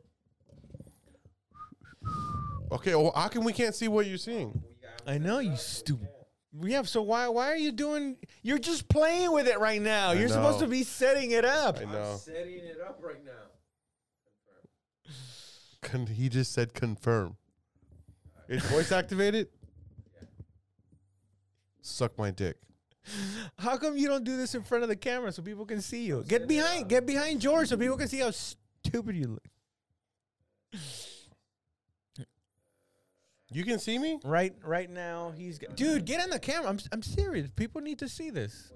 S1: Okay. Well, how can we can't see what you're seeing?
S3: I know you stupid. Yeah, so why why are you doing you're just playing with it right now. You're supposed
S1: know.
S3: to be setting it up.
S1: I know.
S8: Setting it up right now.
S1: Con- he just said confirm. Is voice activated? Suck my dick.
S3: How come you don't do this in front of the camera so people can see you? Get behind, get behind George so people can see how stupid you look.
S1: You can see me?
S3: Right, right now he's got, dude. Get on the camera. I'm, I'm serious. People need to see this.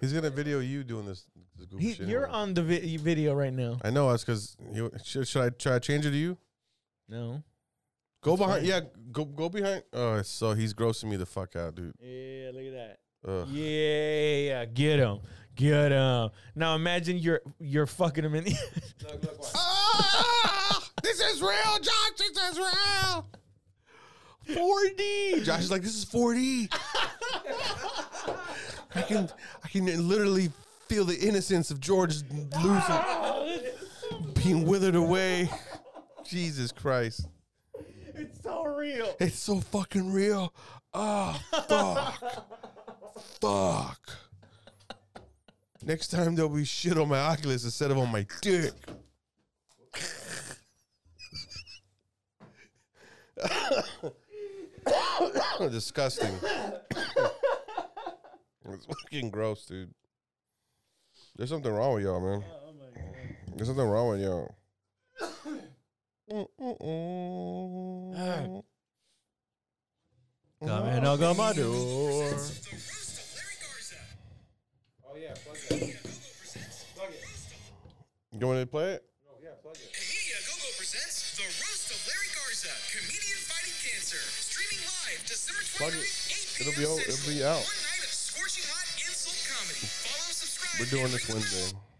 S1: He's gonna video you doing this. this goofy
S3: He,
S1: Oh, shit
S3: you're
S1: anyway.
S3: on the vi- video right now.
S1: I know that's because you. Should, should I try to change it to you?
S3: No,
S1: Go behind. Yeah. Go go behind. Oh, so he's grossing me the fuck out, dude.
S3: yeah, look at that.
S1: Ugh.
S3: Yeah, get him, get him. Now imagine you're you're fucking him in. The
S1: Ah! This is real, Josh. This is real. 4D. Josh is like, this is 4D. I can, I can literally feel the innocence of George losing, being withered away. Jesus Christ,
S3: it's so real.
S1: it's so fucking real. Ah, fuck, fuck. Next time there'll be shit on my Oculus instead of on my dick. Disgusting. it's fucking gross, dude. There's something wrong with y'all, man. There's something wrong with y'all.
S3: Come and knock on my door.
S1: You want me to play it?
S6: Media GoGo presents The Roast of Larry Garza, comedian fighting cancer. Streaming live December
S1: Plug it.
S6: 29th, 8 p.m.
S1: It'll be out- it'll
S6: Central.
S1: be out.
S6: One night of scorching hot insult comedy. Follow, subscribe.
S1: We're doing
S6: and
S1: this
S6: ring the bell.
S1: Wednesday.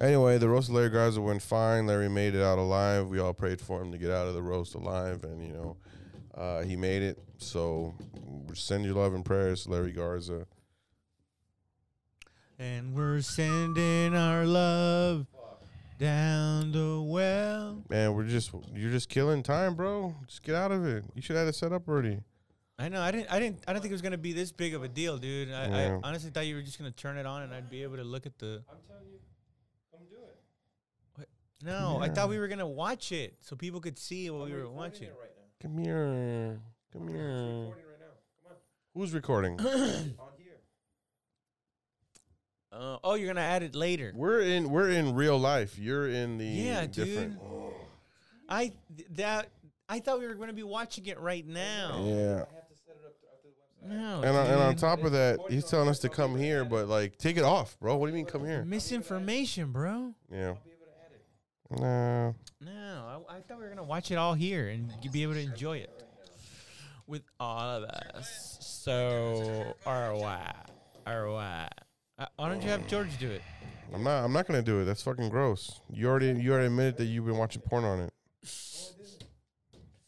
S1: Anyway, the roast of Larry Garza went fine. Larry made it out alive. We all prayed for him to get out of the roast alive, and you know, Uh, he made it. So send your love and prayers, Larry Garza.
S3: And we're sending our love down the well.
S1: Man, we're just you're just killing time, bro. Just get out of it. You should have had it set up already.
S3: I know. I didn't. I didn't. I don't think it was gonna be this big of a deal, dude. I,
S1: Yeah.
S3: I honestly thought you were just gonna turn it on and I'd be able to look at the. I'm telling you, come do it. No, I thought we were gonna watch it so people could see what we were watching.
S1: Come here. Come here. Who's recording?
S3: Uh, oh, you're gonna add it later.
S1: we're in we're in real life. You're in the
S3: Yeah,
S1: different.
S3: I th- that I thought we were gonna be watching it right now.
S1: Yeah.
S3: No,
S1: And on, and on
S3: dude.
S1: top of that, he's telling us to come here, but like take it off, bro. What do you mean come here?
S3: misinformation, bro.
S1: Yeah. Nah.
S3: No, I, I thought we were gonna watch it all here and you'd be able to enjoy it with all of us. So, all right, all right. Uh, why don't you have George do it?
S1: I'm not I'm not gonna do it. That's fucking gross. You already you already admitted that you've been watching porn on it.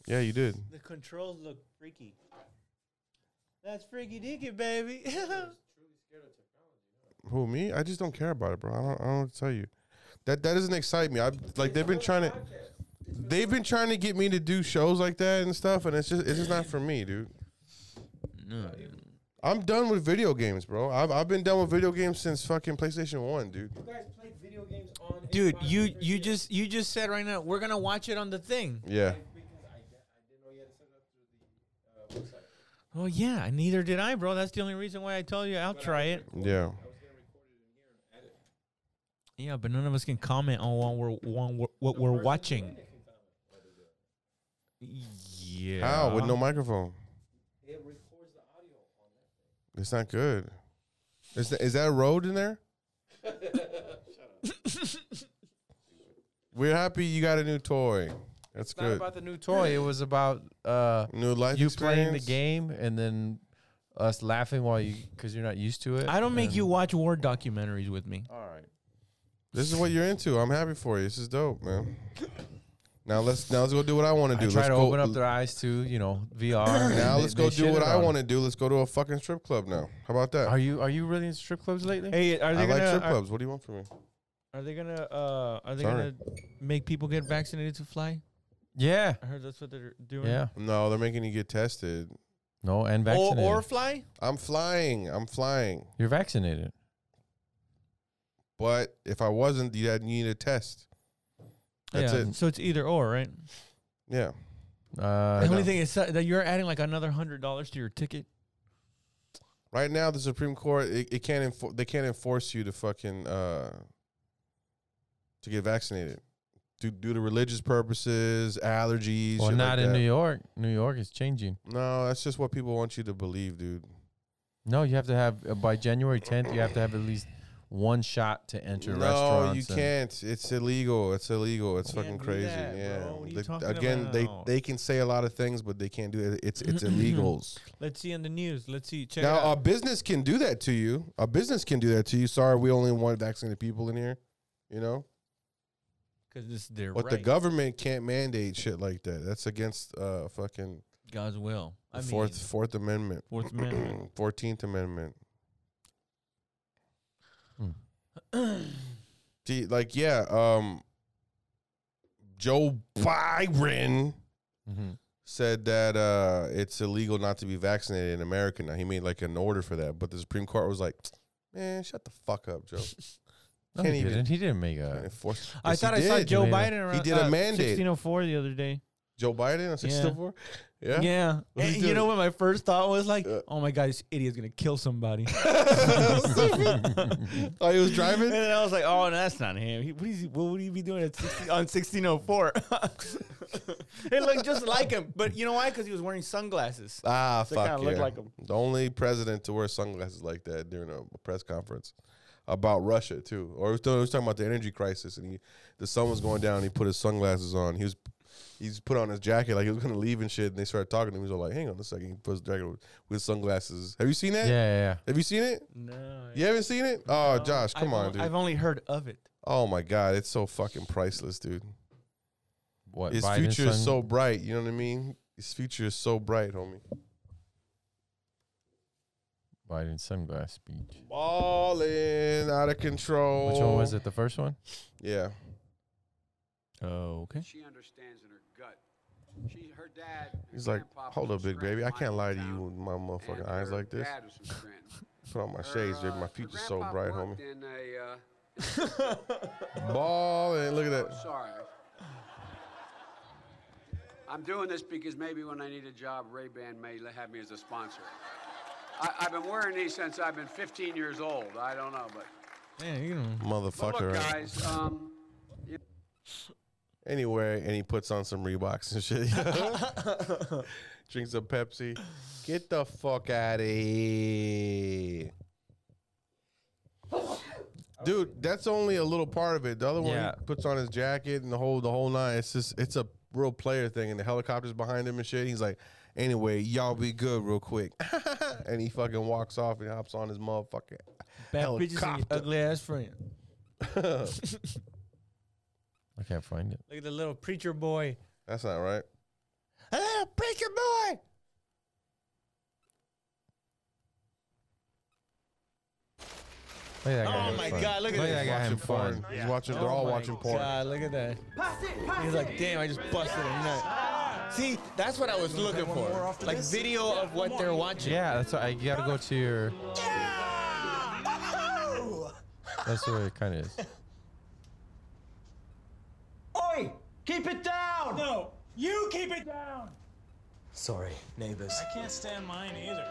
S1: Yeah, you did.
S3: The controls look freaky. That's freaky deaky, baby.
S1: Who me? I just don't care about it, bro. I don't. I don't know what to tell you. That that doesn't excite me. I like they've been trying to. They've been trying to get me to do shows like that and stuff, and it's just it's just not for me, dude.
S3: no,
S1: I'm done with video games, bro. I've I've been done with video games since fucking PlayStation One, dude.
S3: dude, you you just you just said right now we're gonna watch it on the thing.
S1: Yeah,
S3: Oh yeah, and neither did I, bro. That's the only reason why I told you I'll try it.
S1: yeah.
S3: Yeah, but none of us can comment on what we're, on wh- what we're watching. Yeah.
S1: How with no microphone? It records the audio on that. It's not good. Is that is that a road in there? We're happy you got a new toy. That's
S2: Not
S1: good.
S2: about the new toy. It was about uh,
S1: New life.
S2: you playing the
S1: experience?
S2: game and then us laughing while you because you're not used to it.
S3: I don't make
S2: and-
S3: you watch war documentaries with me.
S2: All right.
S1: This is what you're into. I'm happy for you. This is dope, man. Now let's now let's go do what I want to do.
S2: I try
S1: let's
S2: to
S1: go,
S2: open up their eyes to you know VR.
S1: Now let's go do what I want to do. Let's go to a fucking strip club now. How about that?
S2: Are you are you really in strip clubs lately?
S3: Hey, are
S1: I
S3: they
S1: like
S3: gonna
S1: strip
S3: are,
S1: clubs. What do you want from me?
S3: are they gonna uh are they
S1: Sorry.
S3: gonna make people get vaccinated to fly?
S2: Yeah.
S3: I heard that's what they're doing.
S2: Yeah.
S1: No, they're making you get tested.
S2: No, and
S3: Or,
S2: vaccinated.
S3: or fly?
S1: I'm flying. I'm flying.
S2: you're vaccinated.
S1: But if I wasn't, you would need a test. That's
S3: yeah.
S1: it.
S3: So it's either or, right?
S1: Yeah.
S2: Uh,
S3: The
S1: know.
S3: only thing is that that you're adding like another hundred dollars to your ticket.
S1: Right now, the Supreme Court it, it can't enfor- they can't enforce you to fucking uh, to get vaccinated due, due to religious purposes, allergies.
S2: well,
S1: shit
S2: not
S1: like
S2: in
S1: that.
S2: New York. New York is changing.
S1: No, that's just what people want you to believe, dude.
S2: No, you have to have uh, by January 10th. You have to have at least one shot to enter
S1: No,
S2: restaurants.
S1: you
S2: and-
S1: can't. It's illegal. It's illegal. It's
S3: Can't
S1: fucking
S3: do
S1: crazy.
S3: that,
S1: yeah.
S3: bro. What are you
S1: They-
S3: talking
S1: again, they
S3: about?
S1: they can say a lot of things, but they can't do it. It's it's illegals.
S3: Let's see in the news. Let's see. Check
S1: now, uh,
S3: it
S1: a
S3: out.
S1: business can do that to you. A business can do that to you. Sorry, we only want vaccinated people in here. You know,
S3: Because this is their
S1: but the
S3: right.
S1: government can't mandate shit like that. That's against uh fucking
S3: God's will. I mean,
S1: fourth Fourth Amendment,
S3: Fourth Amendment.
S1: Fourteenth Amendment.
S2: Hmm.
S1: See, like yeah, um, Joe Byron
S2: Mhm.
S1: said that uh, it's illegal not to be vaccinated in America now. He made like an order for that, but the Supreme Court was like, "Man, shut the fuck up, Joe."
S2: No,
S1: Can't
S2: he
S1: even-
S2: didn't. He didn't make
S1: And
S2: a.
S1: enforce-
S3: I
S1: Yes, he
S3: thought I saw
S1: did.
S3: Joe
S2: He
S3: Biden around uh,
S1: did a mandate.
S3: 1604 the other day.
S1: Joe Biden on sixty four. Yeah.
S3: Yeah.
S1: What did
S3: And
S1: he
S3: you
S1: do?
S3: know what my first thought was like,
S1: Uh.
S3: oh my god, this idiot's gonna kill somebody.
S1: oh, he was
S3: and
S1: driving.
S3: then I was like, oh no, that's not him. He, what, is he, what would he be doing at 16, on sixteen oh four? It looked just like him, but you know why? Because he was wearing sunglasses.
S1: Ah,
S3: They
S1: fuck
S3: kinda look
S1: yeah.
S3: like him.
S1: The only president to wear sunglasses like that during a press conference about Russia too, or he was, he was talking about the energy crisis, and he the sun was going down. And he put his sunglasses on. He was he's put on his jacket like he was gonna leave and shit. And they started talking to him. He was all like, "Hang on a second. He put his jacket with, with sunglasses. Have you seen
S2: Yeah,
S1: that?
S2: yeah,
S1: Have you seen it?
S3: No.
S1: You haven't seen it? Oh, Josh, come
S3: I've
S1: on,
S3: on,
S1: dude.
S3: I've only heard of it.
S1: oh my God, it's so fucking priceless, dude.
S2: What?
S1: His
S2: Biden's
S1: future is
S2: son-
S1: so bright. You know what I mean? His future is so bright, homie.
S2: Biden sunglass speech.
S1: Balling out of control.
S2: Which one was it? The first Oh, one?
S1: Yeah.
S3: Okay.
S9: She understands in her gut. She, her dad. her
S1: He's like,
S9: grandpa
S1: hold
S9: was
S1: up, big
S9: Scranton,
S1: baby. I can't lie to you
S9: Michaeltown,
S1: with my
S9: and
S1: motherfucking eyes
S9: her
S1: like this.
S9: dad was from Scranton.
S1: Put on my
S9: Her,
S1: shades, baby.
S9: uh,
S1: My
S9: her
S1: future's so
S9: grandpa
S1: bright,
S9: worked
S1: homie.
S9: in a, uh,
S1: Balling. eh, Look at
S9: I'm
S1: that.
S9: sorry. I'm doing this because maybe when I need a job, Ray Ban may l- have me as a sponsor. I, I've been wearing these since I've been 15 years old. I don't know, but,
S3: Man, you know.
S9: but
S1: Motherfucker.
S9: look,
S1: right?
S9: guys. Um,
S1: Anyway, and he puts on some Reeboks and shit. Drinks a Pepsi. Get the fuck out of here. Dude, that's only a little part of it. The other one
S2: Yeah.
S1: he puts on his jacket and the whole the whole nine. It's just it's a real player thing and the helicopter's behind him and shit. He's like, anyway, y'all be good real quick. and he fucking walks off and hops on his motherfucking
S3: Bad bitches and your
S1: Helicopter.
S3: ugly ass friend.
S2: I can't find it.
S5: Look at the little Oh, preacher boy.
S1: That's not right.
S3: Hello, preacher boy.
S2: Look at that guy.
S3: Oh
S2: having
S3: my
S2: fun.
S3: God! Look at
S2: Look at
S3: this.
S2: that guy having
S1: Watching porn.
S2: fun.
S1: He's watching they're all
S3: Oh my
S1: watching porn.
S3: God, look at that. He's like, damn, I just busted a nut. See, that's what I was looking for. Like video of what they're watching.
S2: Yeah, that's why I you gotta go to your. That's the way it kind of is.
S10: Oi! Keep it down!
S11: No, you keep it down.
S10: Sorry, neighbors.
S11: I can't stand mine either.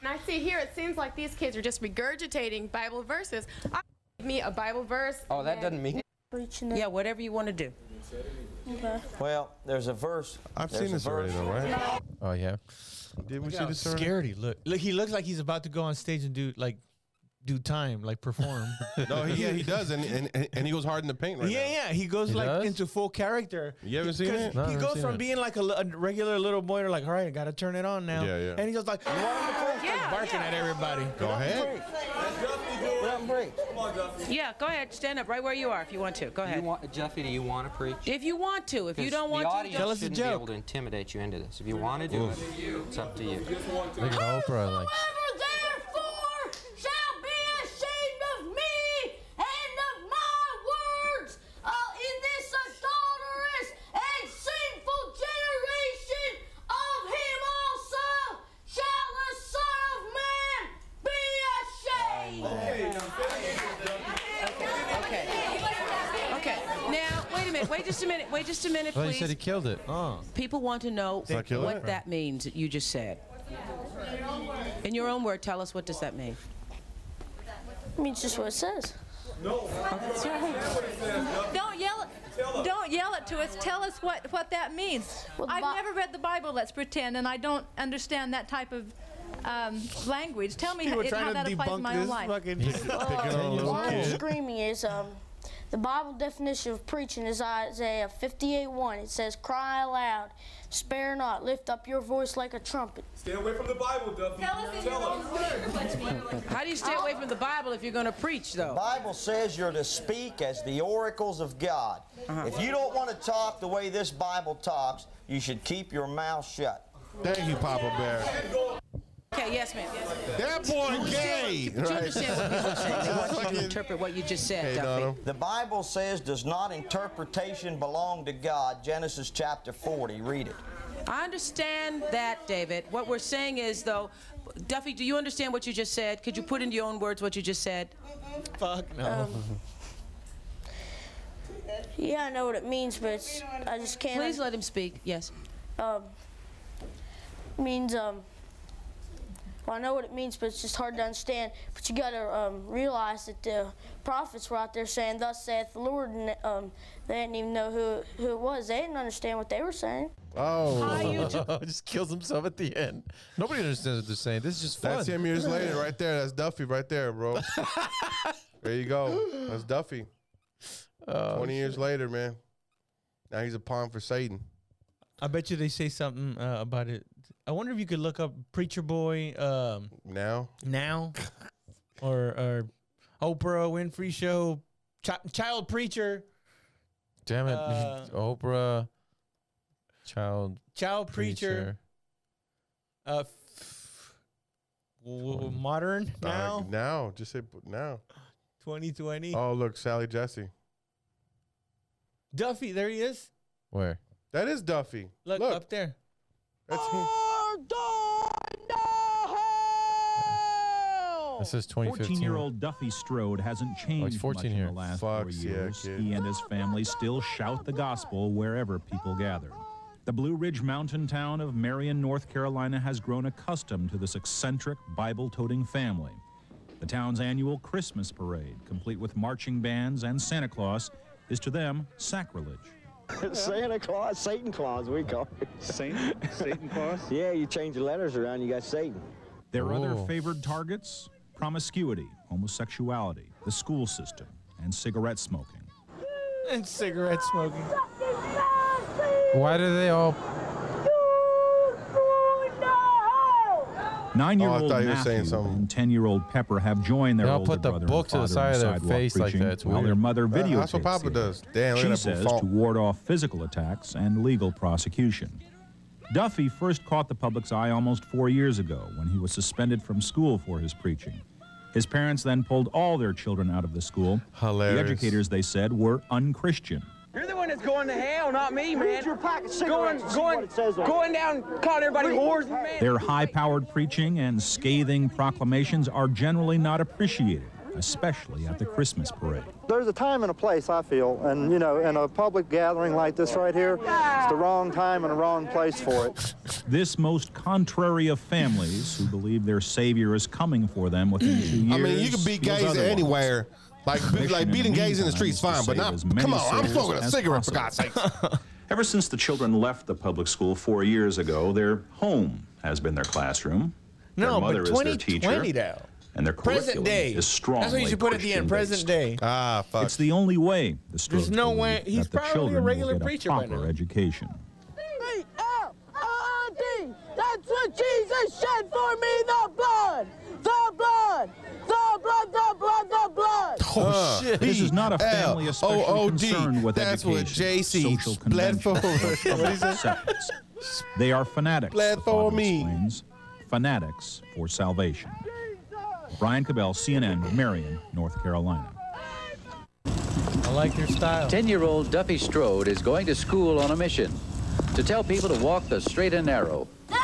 S12: And I see here, it seems like these kids are just regurgitating Bible verses. I give me a Bible verse.
S10: Oh, that doesn't mean.
S13: Yeah, whatever you want to do.
S10: Well, there's a verse.
S1: I've
S10: there's
S1: seen
S10: a
S1: this already
S10: verse.
S1: though, right?
S2: Oh yeah.
S1: Did we see
S3: Look how
S1: this already?
S3: scared he look. Look, he looks like he's about to go on stage and do like, do time, like perform.
S1: No, he, yeah, he does, and, and and- and he goes hard in the paint right
S3: Yeah,
S1: now.
S3: yeah. He goes
S2: He
S3: like
S2: does?
S3: into full character.
S1: You haven't seen
S3: 'Cause
S1: it?
S2: No, I
S3: he
S2: haven't
S3: goes
S2: seen
S3: from
S2: it.
S3: being like a, li- a regular little boy to like, all right, I gotta turn it on now.
S1: Yeah, yeah.
S3: And he goes like, barking
S12: Yeah, yeah.
S3: at everybody.
S1: Go ahead.
S13: Yeah, go ahead, stand up right where you are if you want to. Go
S10: You
S13: ahead.
S10: want, Jeffy, do you want to preach?
S13: if you want to, if you don't want
S10: the
S13: to,
S10: audience
S13: don't.
S3: us a
S10: shouldn't be
S3: joke.
S10: able to intimidate you into this. If you want to do it, it's up to you.
S2: Look at Oprah. Like,
S12: therefore shall be ashamed of me and of my words uh, in this adulterous and sinful generation. Of him also shall the Son of Man be ashamed.
S13: Okay. Okay. Now, wait a minute. Wait just a minute. Wait just a minute,
S2: well, he
S13: please.
S2: said he killed it.
S3: Oh,
S13: People want to know
S1: that
S13: what
S1: kill it?
S13: that means that you just said. In your own word, tell us what does that mean.
S12: It means just what it says.
S11: Don't yell it. Don't yell it to us. Tell us what what that means. I've never read the Bible. Let's pretend, and I don't understand that type of um, language. Tell me
S3: people
S11: how, it, how
S3: trying
S11: that
S3: to
S11: applies to
S3: debunk
S11: my own
S3: this
S11: life.
S3: fucking. Oh,
S1: Picking on a little kid.
S12: screaming is um, the Bible definition of preaching is Isaiah 58:1. It says, "Cry aloud, spare not, lift up your voice like a trumpet."
S11: Tell us in your own word.
S13: How do you stay away from the Bible if you're going to preach, though?
S10: Bible says you're to speak as the oracles of God.
S13: Uh-huh.
S10: If you don't want to talk the way this Bible talks, you should keep your mouth shut.
S1: Thank you, Papa Bear.
S13: Okay, yes, ma'am. Yes, ma'am.
S1: That boy gay.
S13: Do you understand what people say? They want you
S1: Fucking-
S13: to interpret what you just said,
S1: Hey,
S13: Duffy.
S1: Donald.
S10: The Bible says, does not interpretation belong to God? Genesis chapter 40. Read it.
S13: I understand that, David. What we're saying is, though, Duffy, do you understand what you just said? Could you put into your own words what you just said?
S3: Fuck no.
S12: Um, Yeah, I know what it means, but it's, I just can't.
S13: Please let him speak. Yes.
S12: um, means um. Well, I know what it means, but it's just hard to understand. But you gotta um, realize that the prophets were out there saying, "Thus saith the Lord," and um, they didn't even know who who it was. They didn't understand what they were saying.
S1: Oh,
S2: just kills himself at the end. Nobody understands what they're saying. This is just fun.
S1: that's him years later, right there. That's Duffy, right there, bro. there you go. That's Duffy.
S3: Oh,
S1: Twenty years later, man. Now he's a pawn for Satan.
S3: I bet you they say something uh, about it. I wonder if you could look up preacher boy um,
S1: Now,
S3: now, or or Oprah Winfrey show, chi- child preacher.
S2: Damn it,
S3: Uh,
S2: Oprah. Child.
S3: Child preacher. Uh, f- w- w- modern
S1: Uh,
S3: now.
S1: now, just say b- now.
S3: 2020.
S1: Oh, look, Sally Jesse.
S3: Duffy, there he is.
S2: Where?
S1: That is Duffy.
S3: Look, up there.
S1: That's him.
S3: Oh,
S2: This is 2015.
S14: 14-year-old Duffy Strode hasn't changed
S2: 14
S14: much
S2: Oh, here.
S14: in the last four
S2: Fucks, yeah,
S14: years.
S2: kid.
S14: he and his family still shout the gospel wherever people gather. The Blue Ridge mountain town of Marion, North Carolina has grown accustomed to this eccentric, Bible-toting family. The town's annual Christmas parade, complete with marching bands and Santa Claus, is to them sacrilege.
S15: Santa Claus, Satan Claus, we call it. Satan, Satan Claus. Yeah, you change the letters around, you got Satan.
S14: Their other
S15: Oh.
S14: favored targets promiscuity, homosexuality, the school system, and cigarette smoking.
S3: And cigarette smoking.
S2: Why do they all?
S14: Nine-year-old
S2: Oh, I thought you were
S14: Matthew
S2: saying something.
S14: and ten-year-old Pepper have joined their
S2: They'll
S14: older
S2: put the
S14: brother and
S2: book to the
S14: father
S2: side
S14: on
S2: of their
S14: sidewalk
S2: face like
S14: preaching
S2: that. It's
S14: while
S2: weird.
S14: their mother
S2: Uh,
S14: videotapes.
S1: that's what Papa
S14: it.
S1: does. Damn, look
S14: she
S1: at that
S14: says
S1: buffon.
S14: to ward off physical attacks and legal prosecution. Duffy first caught the public's eye almost four years ago when he was suspended from school for his preaching. His parents then pulled all their children out of the school.
S1: Hilarious.
S14: The educators, they said, were unchristian.
S16: You're the one that's going to hell, not me, man.
S15: Read your packet
S16: Going,
S15: cigarettes and see what
S16: going,
S15: it says on it.
S16: going down, calling everybody whores and men.
S14: Their high powered preaching and scathing proclamations are generally not appreciated, especially at the Christmas parade.
S15: There's a time and a place, I feel, and you know, in a public gathering like this right here, it's the wrong time and the wrong place for it.
S14: This most contrary of families who believe their Savior is coming for them within two years.
S1: Mm. I mean, you can beat
S14: feels
S1: gays
S14: otherwise.
S1: anywhere. Like, be,
S14: Mission
S1: like
S14: in
S1: beating
S14: the
S1: gays in the
S14: meantime
S1: streets,
S14: is to
S1: fine, but
S14: save
S1: not.
S14: as many
S1: Come on, I'm
S14: souls
S1: smoking a
S14: as
S1: cigarette for God's
S14: possible.
S1: sake.
S14: Ever since the children left the public school four years ago, their home has been their classroom.
S3: No,
S14: their
S3: but
S14: mother is their teacher.
S3: 2020 though.
S14: And their
S3: Present
S14: curriculum
S3: day.
S14: is strongly
S3: That's what you should put at the end,
S14: Christian-based.
S3: present day.
S1: Ah, fuck.
S14: It's the only way. The There's
S3: no way- he's probably a regular preacher by
S14: proper education.
S12: B-L-I-D. That's what Jesus shed for me, the blood. The blood. The blood, the blood, the blood.
S1: Oh,
S14: Uh, This is not a family especially
S1: L-O-O-D.
S14: concerned with
S1: That's what
S14: education,
S1: JC
S14: social
S1: bled for. What
S14: conventions,
S1: he
S14: and
S1: said?
S14: sects. They are fanatics.
S1: Bled
S14: the
S1: for
S14: Father
S1: me.
S14: explains. fanatics for salvation. Brian Cabell, CNN, Marion, North Carolina.
S17: I like your style. 10 year old Duffy Strode is going to school on a mission to tell people to walk the straight and narrow.
S12: Thou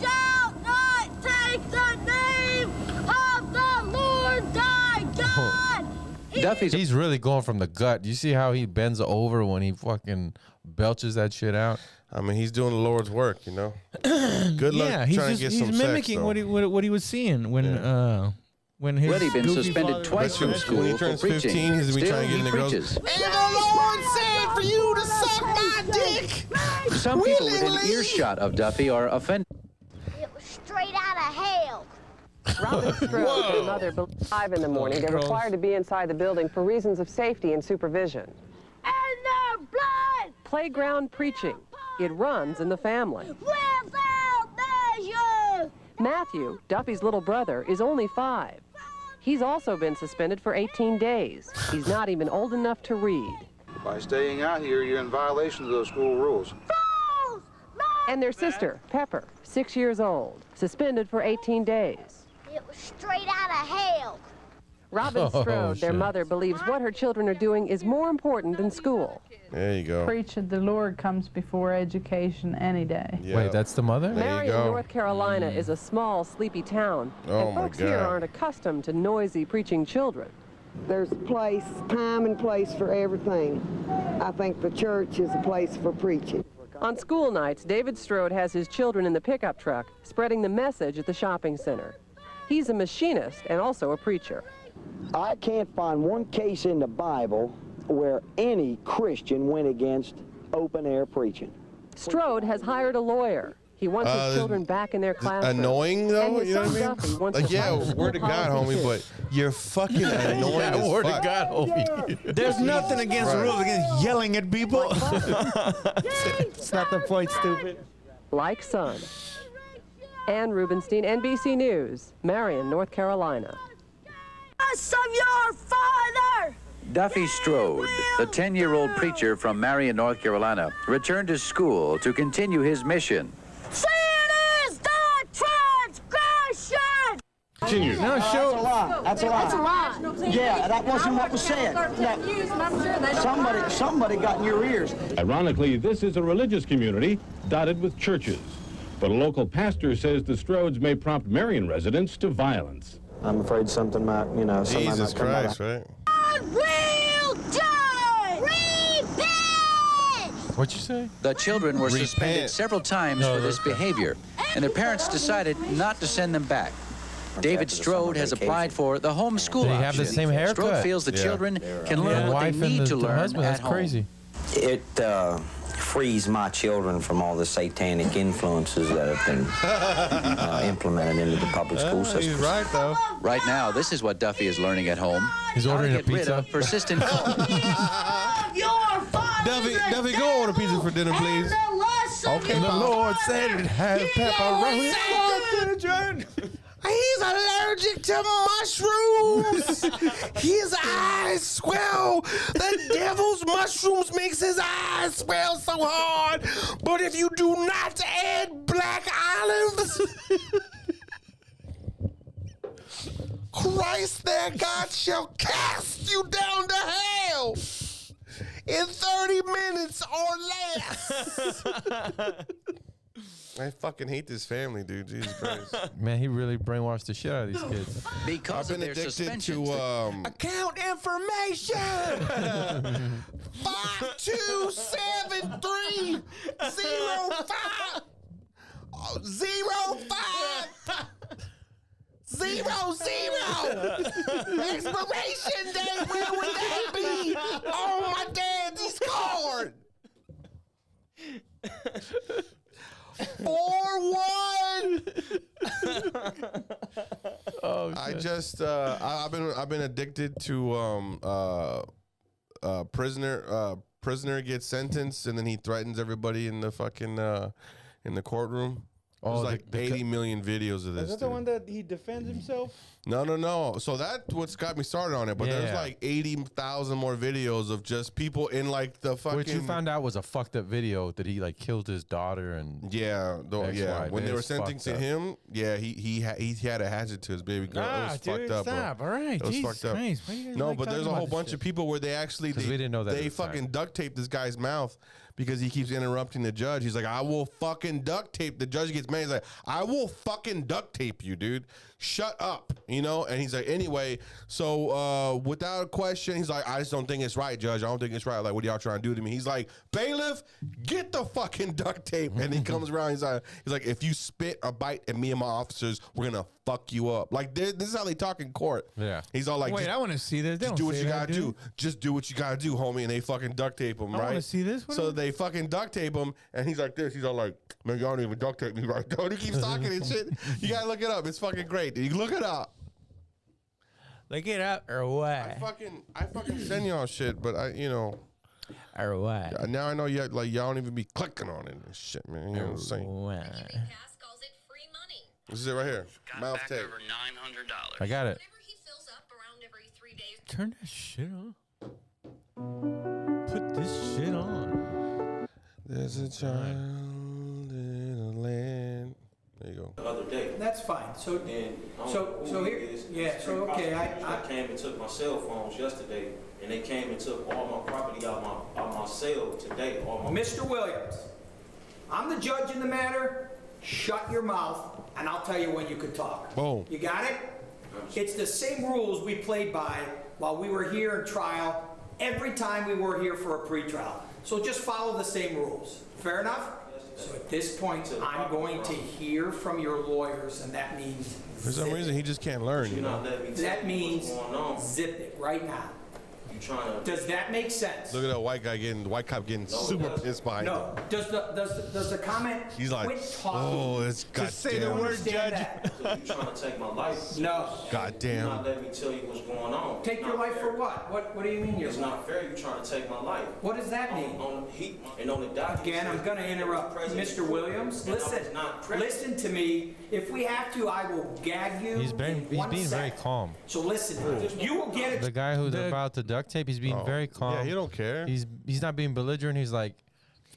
S12: shalt not take the name of the Lord thy
S6: Oh.
S12: God.
S2: Duffy's. He's really going from the gut. You see how he bends over when he fucking belches that shit out.
S1: I mean, he's doing the Lord's work, you know. Good luck
S3: yeah, he's
S1: trying
S3: just
S1: to get some
S3: he's mimicking
S1: sex,
S3: what he what, what he was seeing when uh when his
S17: Already been
S3: goofy
S17: suspended
S3: father-
S17: twice from school
S1: When he
S17: for
S1: turns
S17: preaching.
S1: 15, he's gonna be
S17: Still,
S1: trying to get
S17: he
S1: in the girls.
S17: preaches.
S6: And the Lord said for you to suck my dick.
S17: Some people within earshot of Duffy are offended.
S12: It was straight out of hell.
S18: Robin Strode, their mother, bel- five in the morning. They're
S12: Gross.
S18: required to be inside the building for reasons of safety and supervision.
S12: And the blood
S18: Playground preaching. It runs in the family.
S12: without measure.
S18: Matthew, Duffy's little brother, is only five. He's also been suspended for 18 days. He's not even old enough to read.
S19: By staying out here, you're in violation of those school rules.
S18: And their sister, Pepper, six years old, suspended for 18 days.
S12: It was straight out of hell.
S18: Robin
S12: Oh,
S18: Strode, their
S12: shit.
S18: mother, believes what her children are doing is more important than school.
S1: There you go.
S20: Preach of the Lord comes before education any day.
S2: Wait, that's the mother.
S18: Marion, North Carolina is a small, sleepy town.
S2: Oh,
S18: and
S2: my
S18: folks here
S2: God.
S18: aren't accustomed to noisy preaching children.
S21: There's a place, time and place for everything. I think the church is a place for preaching.
S18: On school nights, David Strode has his children in the pickup truck, spreading the message at the shopping center. He's a machinist and also a preacher.
S15: I can't find one case in the Bible where any Christian went against open air preaching.
S18: Strode has hired a lawyer. He wants
S1: Uh,
S18: his children back in their classroom.
S1: Annoying though,
S18: and his
S1: you know
S18: son
S1: what I
S18: Duffy
S1: mean?
S18: wants
S1: Like,
S18: to
S1: yeah,
S18: publish
S1: word
S18: the
S1: to God,
S18: policy
S1: homie,
S18: too.
S1: but you're fucking annoying
S3: Yeah,
S1: as
S3: word to
S1: fuck.
S3: God, homie. There's nothing against
S1: Right.
S3: rules against yelling at people. it's not the point, stupid.
S18: Like son. Ann Rubenstein, NBC News, Marion, North Carolina.
S12: Us of your father.
S17: Duffy Strode, the 10 year old preacher from Marion, North Carolina, returned to school to continue his mission.
S12: Sin is the transgression.
S17: Continue. No,
S10: No,
S17: show-
S10: That's a lie. That's a lie.
S12: That's a lie.
S10: Yeah, that wasn't what was said. No. Somebody, somebody got in your ears.
S22: Ironically, this is a religious community dotted with churches. But a local pastor says the Strodes may prompt Marion residents to violence.
S10: I'm afraid something might, you know, somebody
S1: Jesus
S10: might come by
S1: Christ,
S10: that.
S1: right?
S12: God will judge. Repent.
S2: What'd you say?
S17: The children were suspended several times for this behavior, and their parents decided not to send them back. David Strode has applied for the homeschool
S2: They
S17: option.
S2: have the same haircut.
S17: Strode feels the
S2: Yeah.
S17: children can
S2: Yeah.
S17: learn
S2: The
S17: what
S2: wife
S17: they
S2: and
S17: need
S2: the-
S17: to
S2: the
S17: learn
S2: husband,
S17: at
S2: that's
S17: home.
S2: crazy.
S10: It uh, frees my children from all the satanic influences that have been uh, implemented into the public
S17: school systems.
S10: system.
S17: Uh, right, though. Right now, this is what Duffy is learning at home. He's ordering
S2: a pizza.
S17: persistent cult.
S12: Your father.
S1: Duffy, Duffy, go order pizza for dinner, please.
S12: The lust of
S1: Okay,
S12: your
S1: the Lord said it had pepperoni.
S6: Children. He's allergic to mushrooms. his eyes swell. The devil's mushrooms makes his eyes swell so hard. But if you do not add black olives, Christ their God shall cast you down to hell in 30 minutes or less.
S1: I fucking hate this family, dude. Jesus Christ.
S2: Man, he really brainwashed the shit out of these kids.
S1: I've been addicted to um,
S6: Account information. five two seven three zero five oh, zero five zero zero. Expiration date. Where would that be on my dad's card? Four one.
S2: Oh,
S1: I just uh, I, I've been I've been addicted to um uh, uh prisoner uh prisoner gets sentenced and then he threatens everybody in the fucking uh in the courtroom.
S2: Oh,
S1: There's
S2: the-
S1: like
S2: the co-
S1: eighty million videos of
S23: Is
S1: this.
S23: that the
S1: dude.
S23: one that he defends himself?
S1: No, no, no. So that's what's got me started on it. But there's
S2: Yeah.
S1: like eighty thousand more videos of just people in like the fucking.
S2: Which you found out was a fucked up video that he like killed his daughter and
S1: yeah, the, yeah. When they were sentencing
S2: to
S1: him, yeah, he he ha- he had a hatchet to his baby girl. it
S2: Ah,
S1: was
S2: dude,
S1: fucked up. bro.
S2: stop. All right,
S1: it was
S2: Jesus
S1: fucked up.
S2: Christ. Why do you guys
S1: no,
S2: like
S1: but there's
S2: talking
S1: a
S2: about
S1: whole
S2: this
S1: bunch
S2: shit?
S1: of people where they actually they,
S2: we didn't know that
S1: they
S2: at the time.
S1: fucking duct taped this guy's mouth because he keeps interrupting the judge. He's like, "I will fucking duct tape." The judge gets mad. He's like, "I will fucking duct tape you, dude. Shut up." You know, and he's like, "Anyway, so uh, without question, he's like, I just don't think it's right, judge. I don't think it's right. Like, what y'all trying to do to me?" He's like, "Bailiff, get the fucking duct tape." And he comes around. He's like, "He's like, if you spit a bite at me and my officers, we're gonna fuck you up." Like, this this is how they talk in court.
S2: Yeah.
S1: He's all like,
S2: Wait,
S1: just-
S2: I wanna see this. They
S1: just
S2: don't
S1: do what
S2: say
S1: you
S2: that,
S1: gotta
S2: dude.
S1: do. Just do what you gotta do, homie. And they fucking duct tape him,
S23: I
S1: right?
S23: wanna see this. What
S1: So they fucking duct tape him, and he's like this. He's all like, "Man, y'all don't even duct tape me right now." He keeps talking and shit. You gotta look it up. It's fucking great. dude. You look it up.
S24: Look it up or what?
S1: I fucking, I fucking send y'all shit, but I, you know,
S24: Or what?
S1: yeah, now I know you like y'all don't even be clicking on it and shit, man. You know what I'm saying? This is it right here. Mouth tape.
S2: I got it.
S24: Turn that shit on. Put this shit on.
S1: There's a child in a land. There you go.
S3: That's fine, so, so, so here, yeah, so, okay, I, I. came and took my cell phones yesterday, and they came and took all my property out my, out my cell today, all my.
S5: Mr. Williams, I'm the judge in the matter. Shut your mouth, and I'll tell you when you can talk.
S1: Boom.
S5: You got it? It's the same rules we played by while we were here in trial, every time we were here for a pretrial. So just follow the same rules. Fair enough? So at this point, I'm going to hear from your lawyers, and that means
S1: For some reason, he just can't learn. You know?
S5: that means zip it right now. Does that make sense?
S1: Look at that white guy getting, the white cop getting super pissed behind him.
S5: No. Does the does the, does the comment?
S1: He's like,
S5: quit talking?
S1: oh, it's goddamn,
S5: Understand
S3: So you trying to take my life?
S5: No.
S3: You
S1: goddamn.
S3: not let me tell you what's going on.
S5: that. Take your life for what? What what do you mean your
S3: It's
S5: life?
S3: not fair. You trying to take my life?
S5: What does that
S3: On-
S5: mean?
S3: On the heat and on the docket.
S5: Again, I'm going to interrupt. Mr. Williams, listen, listen to me. If we have to, I will gag you.
S2: He's very,
S5: in
S2: he's
S5: one
S2: being very
S5: second.
S2: calm.
S5: So listen, you will get
S2: The
S5: it.
S2: guy who's about to duct duct tape. He's being
S1: Oh,
S2: very
S1: yeah,
S2: calm.
S1: he don't care.
S2: He's he's not being belligerent. He's like,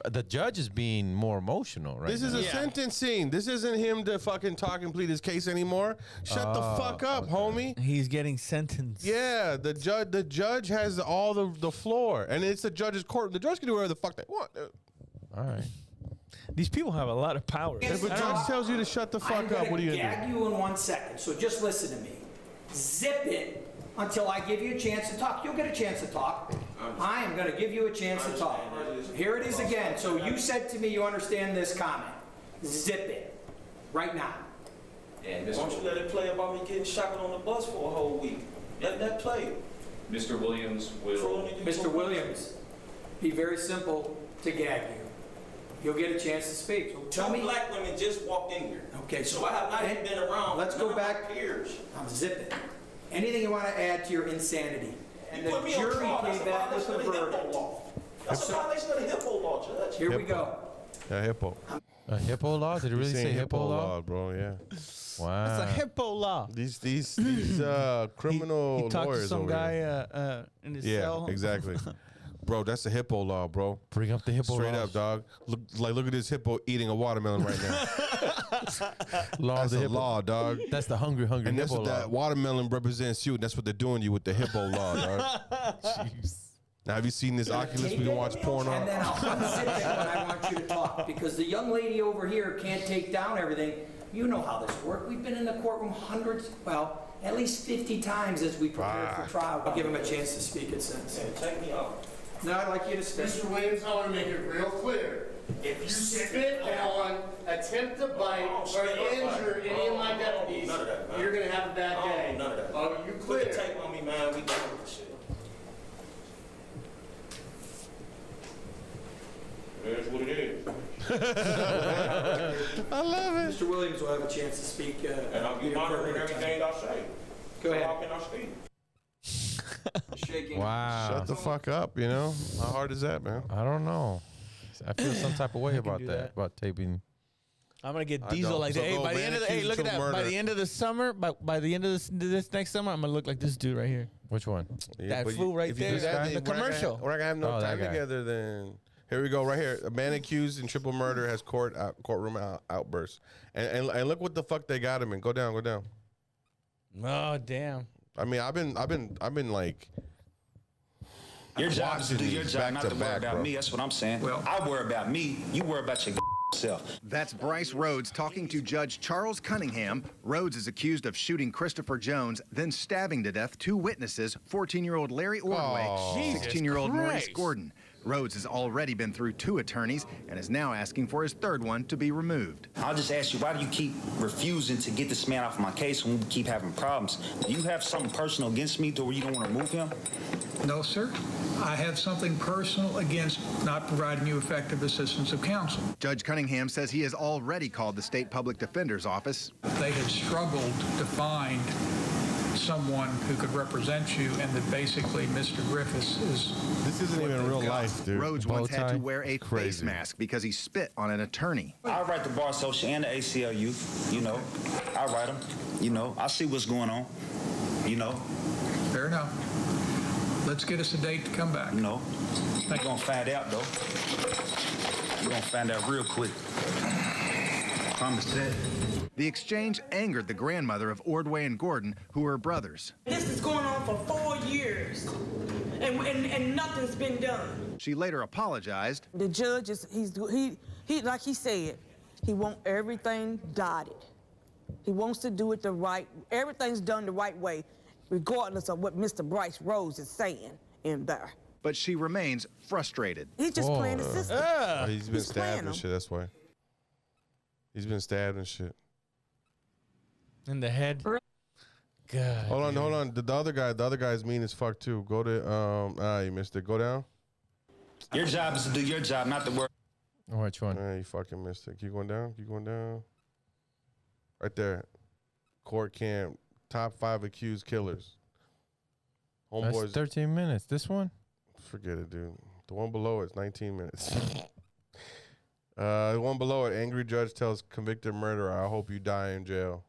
S2: the judge is being more emotional right
S1: this is a
S2: now.
S1: sentencing. This isn't him to fucking talk and plead his case anymore. Shut
S2: Oh,
S1: the fuck up, homie.
S5: He's getting sentenced.
S1: Yeah, the judge the judge has all the the floor, and it's the judge's court. The judge can do whatever the fuck they want. dude.
S2: All right.
S5: These people have a lot of power.
S1: If a judge tells you to shut the fuck
S5: I'm gonna
S1: up, what are you
S5: gag
S1: gonna
S5: you in one second, so just listen to me. Zip it until I give you a chance to talk. You'll get a chance to talk. I am gonna give you a chance to talk. Here it is again. So you said to me you understand this comment. Zip it. Right now.
S25: And Why don't you let it play about me getting shackled on the bus for a whole week? Let that play. Mr. Williams will.
S5: Mr. Williams, be very simple to gag you. You'll get a chance to speak. So tell
S25: Two
S5: me.
S25: black women just walked in here.
S5: Okay, so
S25: So I have
S5: then
S25: not been around.
S5: Let's go
S25: none of my
S5: back.
S25: Peers.
S5: I'm zipping. Anything you want to add to your insanity? And
S25: You
S5: the
S25: put me on
S5: jury
S25: trial. That's
S5: came
S25: a
S5: back with
S25: violation
S5: a
S25: of the
S5: verdict.
S25: That's a violation of the HIPAA law, Judge.
S5: Here we go.
S1: do? A hippo.
S2: A hippo law? Did it really say hippo law?
S1: bro? Yeah.
S2: Wow.
S1: Uh,
S5: That's a hippo law.
S1: These these these uh, criminal
S5: he talked
S1: lawyers
S5: to some
S1: over
S5: guy
S1: here.
S5: uh, uh, in his
S1: yeah,
S5: cell.
S1: exactly. Bro, that's a hippo law, bro.
S2: Bring up the hippo
S1: Straight
S2: laws.
S1: up, dog. Look, like, look at this hippo eating a watermelon right now.
S2: Law
S1: that's
S2: of the
S1: a
S2: hippo.
S1: law, dog.
S2: That's the hungry, hungry
S1: And that's
S2: hippo
S1: what
S2: law.
S1: that watermelon represents you. And that's what they're doing to you with the hippo law, dog. Now, have you seen this Oculus we can watch porn
S5: And then
S1: on?
S5: I'll unzip it when I want you to talk because the young lady over here can't take down everything. You know how this works. We've been in the courtroom hundreds, well, at least 50 times as we prepare for trial. I'll give him a chance to speak at sentencing.
S25: Take me out.
S5: No, I'd like you to speak.
S26: Mr. Williams, I want to make it real clear. If you spit on, attempt to bite,
S5: Oh,
S26: or injure any of my deputies, you're gonna have a bad
S5: Oh,
S26: day.
S25: None of that.
S26: Are you
S25: Put
S26: clear?
S25: the tape on me, man. We done with this shit. It is what it is.
S5: I love it. Mr. Williams will have a chance to speak. Uh,
S25: And I'll be
S5: your
S25: monitoring
S5: appropriate time.
S25: everything I say.
S5: Go ahead.
S25: How can I speak?
S5: Shaking.
S2: Wow.
S1: Shut the fuck up, you know? How hard is that, man?
S2: I don't know. I feel some type of way about
S5: do
S2: that, about taping.
S5: I'm
S2: gonna
S5: get
S2: I
S5: diesel
S2: don't.
S5: like
S2: So
S5: that. Hey,
S2: go,
S5: by the
S2: man,
S5: end of the hey,
S2: accused
S5: look at
S2: till
S5: that. By
S2: murder.
S5: the end of the summer, by, by the end of this this next summer, I'm gonna look like this dude right here.
S2: Which one?
S5: that fool right there. That, the commercial.
S1: We're not gonna have no
S2: Oh, that
S1: time
S2: guy.
S1: together. Then here we go. Right here, a man accused in triple murder has court out, courtroom out, outburst. And, and and look what the fuck they got him in. Go down. Go down.
S5: Oh damn.
S1: I mean, I've been I've been I've been like.
S27: Your job is to
S1: watching
S27: do your
S1: these
S27: job,
S1: back
S27: not
S1: to
S27: to, worry
S1: back,
S27: about
S1: bro.
S27: me. That's what I'm saying. Well, I worry about me. You worry about your self.
S9: That's Bryce Rhodes talking to Judge Charles Cunningham. Rhodes is accused of shooting Christopher Jones, then stabbing to death two witnesses 14 year old Larry
S1: Oh,
S9: Ordway,
S1: Jesus
S9: 16 year old Maurice
S1: Christ.
S9: Gordon. Rhodes has already been through two attorneys and is now asking for his third one to be removed.
S27: I'll just ask you, why do you keep refusing to get this man off my case when we keep having problems? Do you have something personal against me to where you don't want to remove him?
S28: No, sir. I have something personal against not providing you effective assistance of counsel.
S9: Judge Cunningham says he has already called the state public defender's office.
S28: They had struggled to find someone who could represent you, and that basically Mr. Griffiths is.
S1: This isn't even real life, dude.
S9: Rhodes once had to wear a face mask because he spit on an attorney.
S27: I write the Bar Association and the ACLU, you know. I write them, you know. I see what's going on, you know.
S28: Fair enough. Let's get us a date to come back.
S27: No. You're going to find out, though. You're going to find out real quick. Promise that.
S9: The exchange angered the grandmother of Ordway and Gordon, who were brothers.
S29: This is going on for four years, and, and, and nothing's been done.
S9: She later apologized.
S29: The judge is, he's, he, he, like he said, he wants everything dotted. He wants to do it the right, everything's done the right way, regardless of what Mr. Bryce Rose is saying in there.
S9: But she remains frustrated.
S29: He's just
S1: Whoa.
S29: playing the system.
S1: Oh, he's been
S29: He's playing
S1: stabbed and
S29: him.
S1: shit. That's why. He's been stabbed and shit.
S5: In the head. God.
S1: Hold on, hold on. The, the other guy, the other guy's mean as fuck too. Go to um, ah, you missed it. Go down.
S27: Your job is to do your job, not to worry.
S2: Which one?
S1: Ah, you fucking missed it. Keep going down. Keep going down. Right there. Court camp. Top five accused killers.
S2: That's
S1: Homeboys.
S2: 13 minutes. This one?
S1: Forget it, dude. The one below it's 19 minutes. uh, the one below it, angry judge tells convicted murderer, "I hope you die in jail."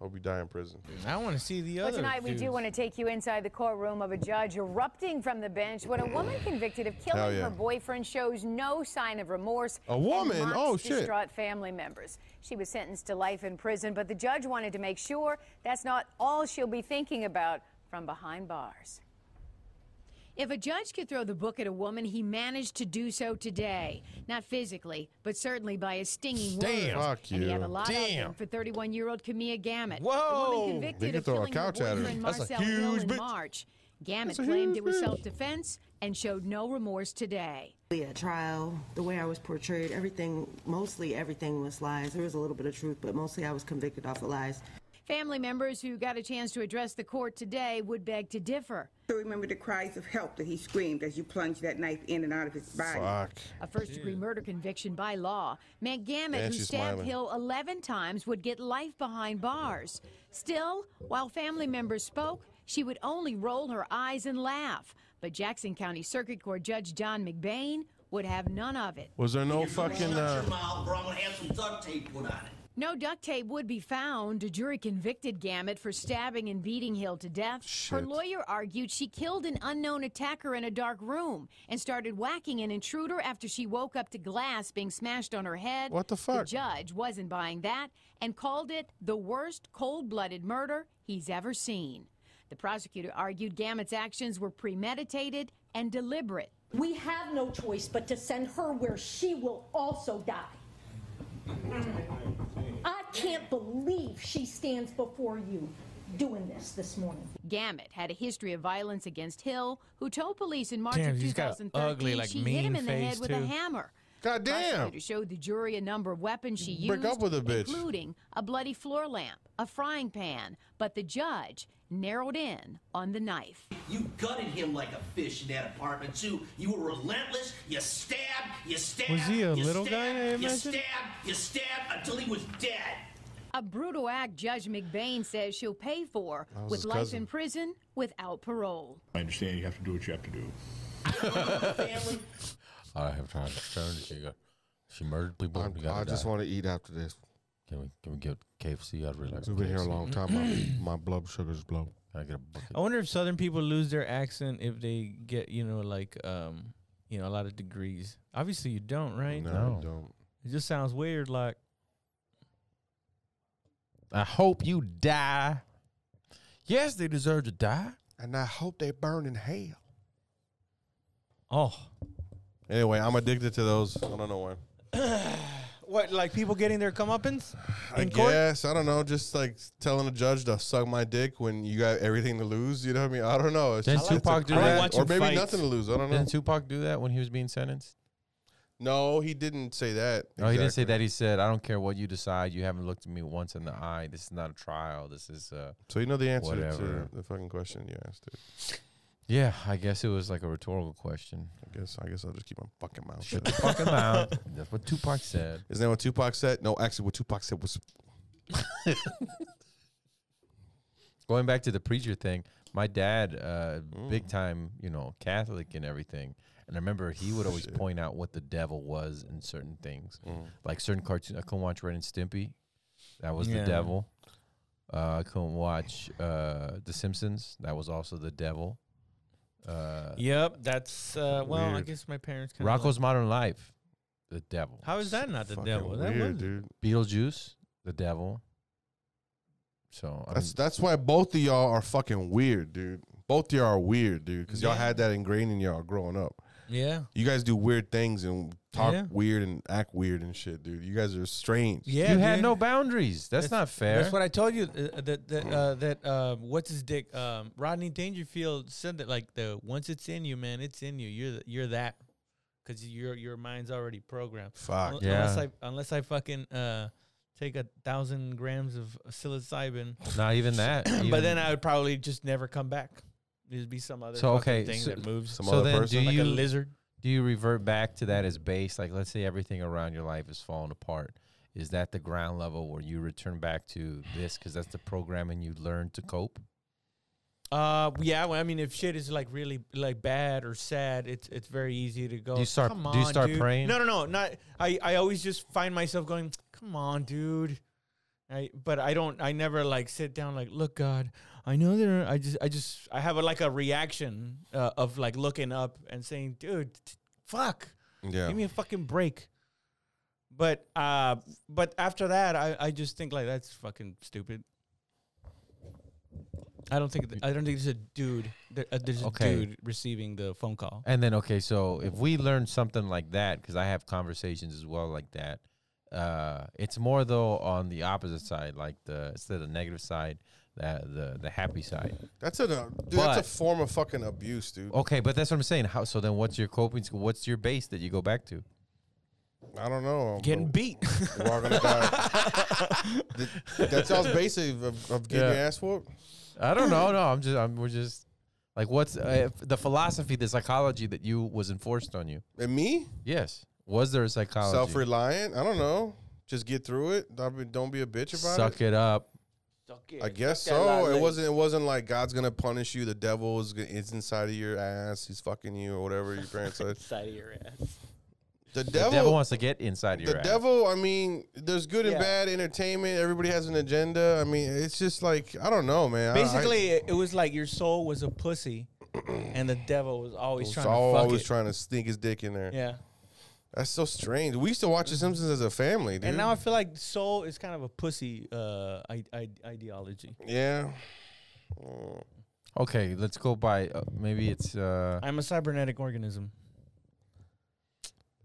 S1: Hope you die in prison.
S3: I want to see the
S11: But tonight we do want to take you inside the courtroom of a judge erupting from the bench when a woman convicted of
S1: Hell
S11: killing
S1: yeah.
S11: her boyfriend shows no sign of remorse.
S1: A woman?
S11: And mocks
S1: Oh, shit.
S11: Distraught family members. She was sentenced to life in prison, but the judge wanted to make sure that's not all she'll be thinking about from behind bars. If a judge could throw the book at a woman, he managed to do so today. Not physically, but certainly by a stinging
S1: Damn.
S11: words.
S1: Fuck
S11: And he
S1: you.
S11: had a lot of
S1: Oh, Damn.
S11: them for 31-year-old Camilla Gamut. The
S1: Whoa.
S11: woman
S1: They
S11: convicted
S1: could
S11: of
S1: throw a
S11: killing her
S1: couch at her.
S11: boyfriend
S1: That's a
S11: Marcel Hill
S1: huge
S11: in
S1: bitch.
S11: March. Gamut
S13: That's a
S11: claimed
S13: huge
S11: it was
S13: bitch.
S11: self-defense and showed no remorse today.
S13: The uh, trial, the way I was portrayed, everything, mostly everything was lies. There was a little bit of truth, but mostly I was convicted off of lies.
S11: Family members who got a chance to address the court today would beg to differ.
S14: Still remember the cries of help that he screamed as you plunged that knife in and out of his body.
S11: A first degree murder conviction by law meant Gamut,
S14: Man,
S11: who
S14: she's
S11: stabbed
S14: smiling.
S11: Hill 11 times, would get life behind bars. Still, while family members spoke, she would only roll her eyes and laugh. But Jackson County Circuit Court Judge John McBain would have none of it.
S1: Was there no fucking? Uh,
S16: mouth, or I'm gonna have some duct tape put on it.
S11: No duct tape would be found. A jury convicted Gamut for stabbing and beating Hill to death. Her lawyer argued she killed an unknown attacker in a dark room and started whacking an intruder after she woke up to glass being smashed on her head.
S1: What the fuck?
S11: The judge wasn't buying that and called it the worst cold blooded murder he's ever seen. The prosecutor argued Gamut's actions were premeditated and deliberate.
S19: We have no choice but to send her where she will also die. I can't believe she stands before you doing this this morning.
S11: Gamut had a history of violence against Hill, who told police in March
S3: Damn,
S11: of
S3: he's got a
S11: 2013
S3: ugly, like,
S11: she hit
S3: mean
S11: him in the head
S3: face,
S11: with a
S3: too.
S11: hammer.
S1: God damn.
S11: Prosecutor showed the jury a number of weapons she used,
S1: Break up with her, bitch.
S11: including a bloody floor lamp, a frying pan, but the judge narrowed in on the knife.
S16: You gutted him like a fish in that apartment too. You were relentless. You stabbed. You stabbed.
S3: Was he a
S16: you
S3: little guy,
S16: stabbed,
S3: I
S16: You
S3: imagine?
S16: stabbed. You stabbed until he was dead.
S11: A brutal act Judge McBain says she'll pay for
S28: That was
S11: with
S28: his
S11: life
S28: cousin.
S11: in prison without parole.
S28: I understand you have to do what you have to do.
S20: I have time to turn. She got, she murdered people.
S1: I'm-
S20: we gotta
S1: I just
S20: die.
S1: want to eat after this.
S20: Can we can we get KFC? I'd really like.
S1: We've been here a
S20: KFC.
S1: long time. My, my blood sugar's blow.
S20: Can I get a bucket?
S3: I wonder if Southern people lose their accent if they get, you know, like, um, you know, a lot of degrees. Obviously, you don't, right?
S1: No, I No. don't.
S3: It just sounds weird. Like,
S2: I hope you die. Yes, they deserve to die.
S1: And I hope they burn in hell.
S3: Oh.
S1: Anyway, I'm addicted to those. I don't know why.
S3: what? Like people getting their comeuppance
S1: I guess I don't know. Just like telling a judge to suck my dick when you got everything to lose. You know what I mean? I don't know. It's
S2: Didn't
S1: just, it's a
S2: Tupac do
S1: crime.
S2: that?
S1: or maybe nothing to lose. I don't know.
S2: Didn't Tupac do that when he was being sentenced?
S1: no, he didn't say that.
S2: No, Oh, he didn't say that. He said, "I don't care what you decide. You haven't looked at me once in the eye. This is not a trial. This is uh."
S1: So you know the answer
S2: Whatever.
S1: to the fucking question you asked. Dude.
S2: Yeah, I guess it was like a rhetorical question.
S1: I guess I guess I'll just keep my fucking mouth
S2: Shut
S1: shut.
S2: the fucking mouth. That's what Tupac said.
S1: Isn't that what Tupac said? No, actually, what Tupac said was
S2: Going back to the preacher thing, my dad, uh, big time, you know, Catholic and everything. And I remember he would always point out what the devil was in certain things, like certain cartoons. I couldn't watch Red and Stimpy. That was
S3: Yeah.
S2: the devil. Uh, I couldn't watch uh, The Simpsons. That was also the devil. Uh,
S3: Yep, that's uh, well. I
S2: Weird.
S3: guess my parents. Kinda
S2: Rocco's Modern Life, the devil.
S3: How is that not the
S2: Fucking
S3: devil? That
S2: weird,
S3: was-
S1: dude.
S2: Beetlejuice, the devil. So I
S1: that's
S2: mean,
S1: that's why both of y'all are fucking weird, dude. Both of y'all are weird, dude, because y'all
S3: Yeah.
S1: had that ingrained in y'all growing up.
S3: Yeah.
S1: you guys do weird things and talk
S3: Yeah.
S1: weird and act weird and shit, dude. You guys are strange.
S3: Yeah, You had dude. no
S2: boundaries. That's not fair.
S3: That's what I told you. Uh, that that uh, that uh, what's his dick? Um, Rodney Dangerfield said that like the once it's in you, man, it's in you. You're the, you're that because your your mind's already programmed.
S2: Fuck.
S3: Un- Unless
S2: Yeah.
S3: I unless I fucking uh, take a thousand grams of psilocybin.
S2: Not even that.
S3: but
S2: Even-
S3: then I would probably just never come back. It'd be some other
S2: so
S3: fucking
S2: okay.
S3: thing
S2: so,
S3: that moves.
S2: so then do
S3: like
S2: you
S3: a lizard?
S2: Do you revert back to that as base? Like, let's say everything around your life is falling apart. Is that the ground level where you return back to this? Because that's the programming you learned to cope.
S3: Uh, yeah. Well, I mean, if shit is like really like bad or sad, it's it's very easy to go.
S2: Do you start-
S3: Come on,
S2: do you start
S3: dude."
S2: praying?
S3: No, no, no. Not. I I always just find myself going. Come on, dude. I but I don't I never like sit down like look God I know there are, I just I just I have a, like a reaction uh, of like looking up and saying dude t- fuck
S1: Yeah.
S3: give me a fucking break but uh but after that I I just think like that's fucking stupid I don't think th- I don't think there's a dude there, uh, there's a
S2: Okay.
S3: dude receiving the phone call
S1: Uh,
S2: And then okay, so if we learn something like that, because I have conversations as well like that. Uh, it's more though on the opposite side, like the instead of the negative side, that the the happy side.
S1: That's a dude, that's a
S2: But-
S1: form of fucking abuse, dude.
S2: Okay, but that's what I'm saying. How so? Then what's your coping? sk- What's your base that you go back to?
S1: I don't know. um,
S2: Getting
S3: beat.
S1: Walking about. Th- That's y'all's basic of, of getting your
S2: Yeah.
S1: ass whooped.
S2: I don't know. No, I'm just. I'm, we're just like what's uh, if the philosophy, the psychology that you was enforced on you.
S1: And me?
S2: Yes. Was there a psychology?
S1: Self reliant. I don't know. Just get through it. Don't be, don't be a bitch about
S2: Suck it up.
S1: it. I guess
S2: Suck that
S1: so.
S2: line,
S1: It
S2: mate.
S1: wasn't. It wasn't like God's gonna punish you. The devil is, g- is inside of your ass. He's fucking you or whatever your parents said.
S3: inside of your ass.
S1: The
S2: The
S1: devil.
S2: devil wants to get inside your
S1: the
S2: ass.
S1: devil. I mean, there's good and
S3: Yeah.
S1: bad entertainment. Everybody has an agenda. I mean, it's just like I don't know, man. I- I-
S3: Basically, it, it was like your soul was a pussy, and the devil was always
S1: was
S3: trying to fuck
S1: always
S3: it.
S1: trying to sneak his dick in there.
S3: Yeah. Mm-hmm.
S1: That's so strange. We used to watch The Simpsons as a family, dude.
S3: and now I feel like soul is kind of a pussy uh, I- I- ideology.
S1: yeah.
S2: Okay, let's go by. Uh, maybe it's uh
S3: I'm a cybernetic organism.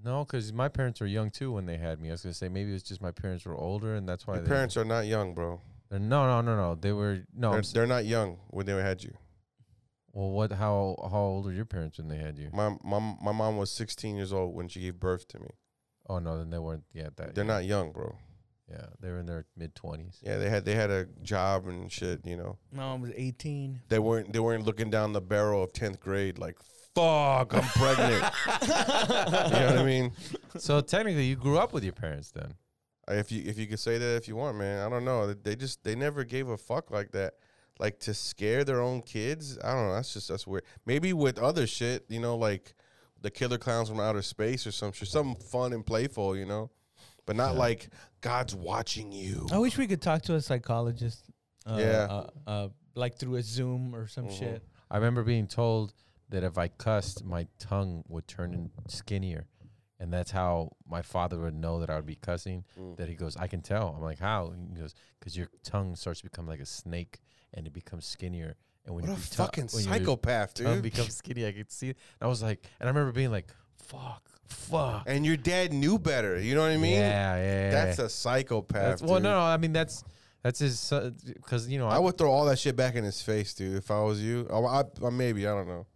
S2: no, because my parents were young too when they had me. I was gonna say maybe it's just my parents were older and that's why
S1: Your
S2: they-
S1: parents are not young, bro.
S2: They're, no, no, no, no. They were no.
S1: They're,
S2: I'm s-
S1: they're not young when they had you.
S2: well, what? How how old were your parents when they had you?
S1: My my my mom was 16 years old when she gave birth to me.
S2: Oh no, then they weren't yet that.
S1: They're not young, bro.
S2: Yeah, they were in their mid twenties.
S1: Yeah, they had they had a job and shit. You know,
S3: No, I was 18.
S1: they weren't they weren't looking down the barrel of 10th grade like fuck, I'm pregnant. you know what I mean?
S2: So technically, you grew up with your parents then.
S1: If you if you could say that if you want, man. I don't know. They just they never gave a fuck like that. Like to scare their own kids. I don't know. That's just that's weird. Maybe with other shit, you know, like the killer clowns from outer space or some shit. Something fun and playful, you know. But not like God's watching you.
S2: Oh,
S3: I wish we could talk to a psychologist. Uh,
S1: Yeah. Mm-hmm.
S3: Uh, uh, like through a Zoom or some shit.
S2: I remember being told that if I cussed, my tongue would turn in skinnier. And that's how my father would know that I would be cussing.
S1: Mm.
S2: That he goes, I can tell. I'm like, how? And he goes, because your tongue starts to become like a snake and it becomes skinnier. And when
S1: What
S2: you
S1: a
S2: be-
S1: fucking
S2: when your
S1: psychopath,
S2: tongue
S1: dude.
S2: becomes skinny, I could see it. And I was like, and I remember being like, fuck, fuck.
S1: And your dad knew better. You know what I mean?
S2: Yeah, yeah,
S1: That's
S2: yeah.
S1: a psychopath.
S2: That's- well,
S1: dude.
S2: no, no, I mean, that's that's his, because, you know,
S1: I would throw all that shit back in his face, dude. If I was you, oh, I, I maybe I don't know.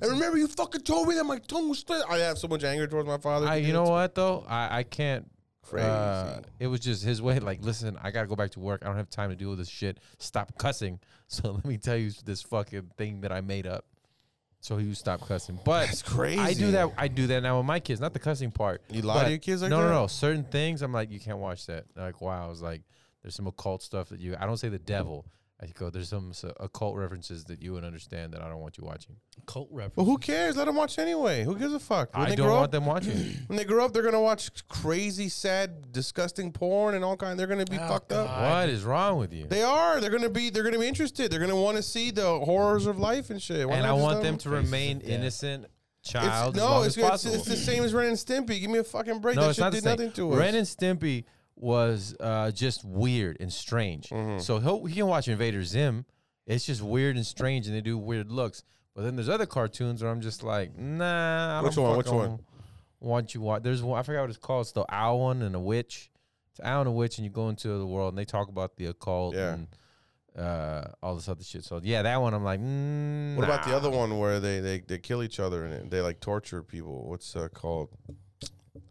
S1: And remember, you fucking told me that my tongue was split. I have so much anger towards my father.
S2: I,
S1: dude.
S2: you know what though? I, I can't.
S1: Crazy.
S2: uh, it was just his way. Like, listen, I gotta go back to work. I don't have time to deal with this shit. Stop cussing. So let me tell you this fucking thing that I made up. So you stop cussing. But
S1: That's
S2: I
S1: crazy.
S2: do that. I do that now with my kids. Not the cussing part.
S1: You lie to
S2: but-
S1: your kids like
S2: no,
S1: that?
S2: No, no, Certain things, I'm like, you can't watch that. Like, wow. I was like, there's some occult stuff that you. I don't say the devil. I go. There's some s- occult references that you would understand that I don't want you watching.
S3: Cult reference.
S1: Well, who cares? Let them watch anyway. Who gives a fuck? When
S2: I
S1: they
S2: don't
S1: grow
S2: want
S1: up-
S2: them watching.
S1: When they grow up, they're gonna watch crazy, sad, disgusting porn and all kind. They're gonna be fucked up.
S2: what is wrong with you?
S1: They are. They're gonna be. They're gonna be interested. They're gonna want to see the horrors of life and shit. Why
S2: and
S1: not
S2: I
S1: just
S2: want
S1: let
S2: them to remain innocent
S1: It's-
S2: child.
S1: no,
S2: as long
S1: it's,
S2: as
S1: it's,
S2: possible.
S1: it's the same as Ren and Stimpy. Give me a fucking break.
S2: no,
S1: that
S2: it's
S1: shit
S2: not the
S1: did
S2: same.
S1: nothing to us.
S2: Ren and Stimpy was uh, just weird and strange.
S1: Mm-hmm.
S2: So he'll, he can watch Invader Zim. It's just weird and strange, and they do weird looks. But then there's other cartoons where I'm just like, nah. I
S1: Which
S2: don't
S1: one? Which
S2: fucking
S1: one?
S2: Want you watch? There's one. I forgot what it's called. It's the owl one and a witch. It's an owl and a witch, and you go into the world, and they talk about the occult
S1: Yeah.
S2: and uh, all this other shit. So yeah, that one I'm like, mm,
S1: What about the
S2: nah.
S1: other one where they, they, they kill each other and they like torture people? What's uh, called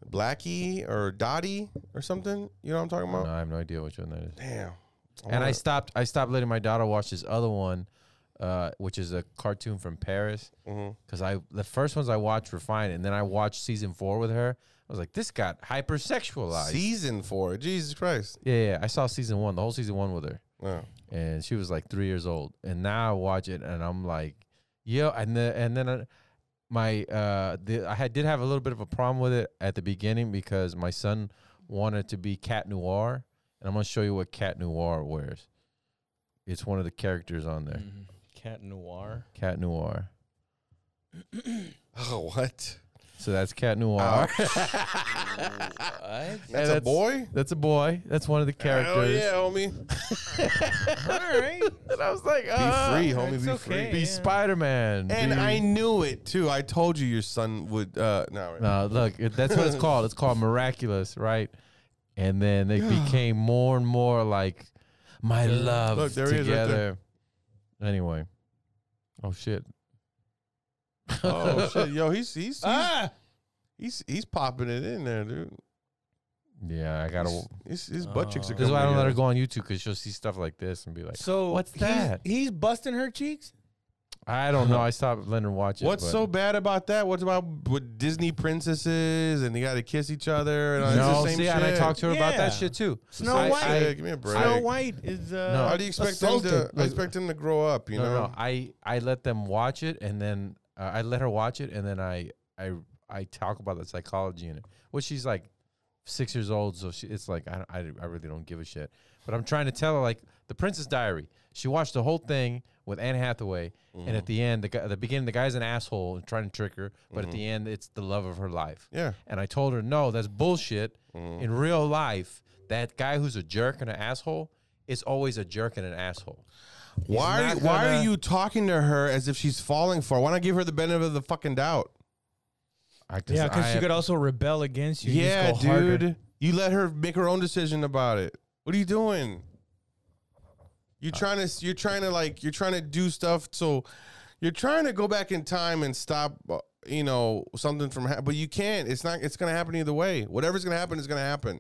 S1: Blackie or Dottie or something? You know what I'm talking about?
S2: No, I have no idea which one that is.
S1: Damn.
S2: And I
S1: wanna-
S2: stopped. I stopped letting my daughter watch this other one, uh, which is a cartoon from Paris. Because I the first ones I watched were fine, and then I watched season four with her. I was like, this got hypersexualized.
S1: season four. Jesus Christ.
S2: yeah, yeah, I saw season one, the whole season one with her,
S1: Wow.
S2: and she was like three years old. And now I watch it, and I'm like, yo, and then and then. I, my uh, the, I had, did have a little bit of a problem with it at the beginning because my son wanted to be Cat Noir, and I'm gonna show you what Cat Noir wears. It's one of the characters on there.
S3: Cat Noir.
S2: Cat Noir.
S1: oh, what?
S2: So that's Cat Noir.
S1: Ouch.
S2: And
S1: That's a boy?
S2: That's a boy. That's one of the characters.
S1: Hell yeah, homie.
S3: All right.
S2: and I was like,
S1: be free, homie. Be free.
S2: Be Spider Man.
S1: And I knew it too. I told you your son would. Uh, no,
S2: No, look, it, that's what it's called. It's called miraculous, right? And then they became more and more like my
S1: Yeah.
S2: love
S1: Look, there he is right there.
S2: together. anyway, oh shit,
S1: oh shit, yo, he's he's he's,
S3: Ah!
S1: he's he's popping it in there, dude.
S2: yeah, I gotta.
S1: His, his butt cheeks are.
S2: That's why I don't
S1: coming
S2: let
S1: out.
S2: her go on YouTube because she'll see stuff like this and be like,
S3: So
S2: what's
S3: he's-
S2: that?"
S3: He's, busting her cheeks.
S2: I don't know. I stopped letting her watch it.
S1: What's
S2: but-
S1: so bad about that? What's about with Disney princesses and they got to kiss each other? And all- it's
S2: No,
S1: the same
S2: see,
S1: shit.
S2: and I talked to her about that
S3: Yeah.
S2: shit too.
S3: Snow
S2: I-
S3: White.
S2: I-
S1: give me a break.
S3: Snow White is uh,
S2: No.
S1: How do you expect them to?
S2: Assaulted.
S1: I expect them to grow up. You
S2: no,
S1: know.
S2: no, I I let them watch it, and then uh, I let her watch it, and then I I I talk about the psychology in it. Well, she's like six years old, so she it's like I don't- I I really don't give a shit. But I'm trying to tell her like the Princess Diary. She watched the whole thing with Anne Hathaway, and
S1: Mm-hmm.
S2: at the end, the guy, the beginning, the guy's an asshole and trying to trick her, but at the end, it's the love of her life.
S1: Mm-hmm. Yeah. Mm-hmm.
S2: And I told her, no, that's bullshit. In real life, that guy who's a jerk and an asshole is always a jerk and an asshole. He's
S1: Why?
S2: not
S1: why
S2: gonna-
S1: are you talking to her as if she's falling for? it? Why not give her the benefit of the fucking doubt?
S2: I,
S3: yeah, because she could also rebel against you. You just
S1: yeah,
S3: go harder.
S1: dude. You let her make her own decision about it. What are you doing? You're
S2: Uh.
S1: trying to. You're trying to like. You're trying to do stuff. So, you're trying to go back in time and stop. uh, You know something from. hap but you can't. It's not. It's gonna happen either way. Whatever's gonna happen is gonna happen.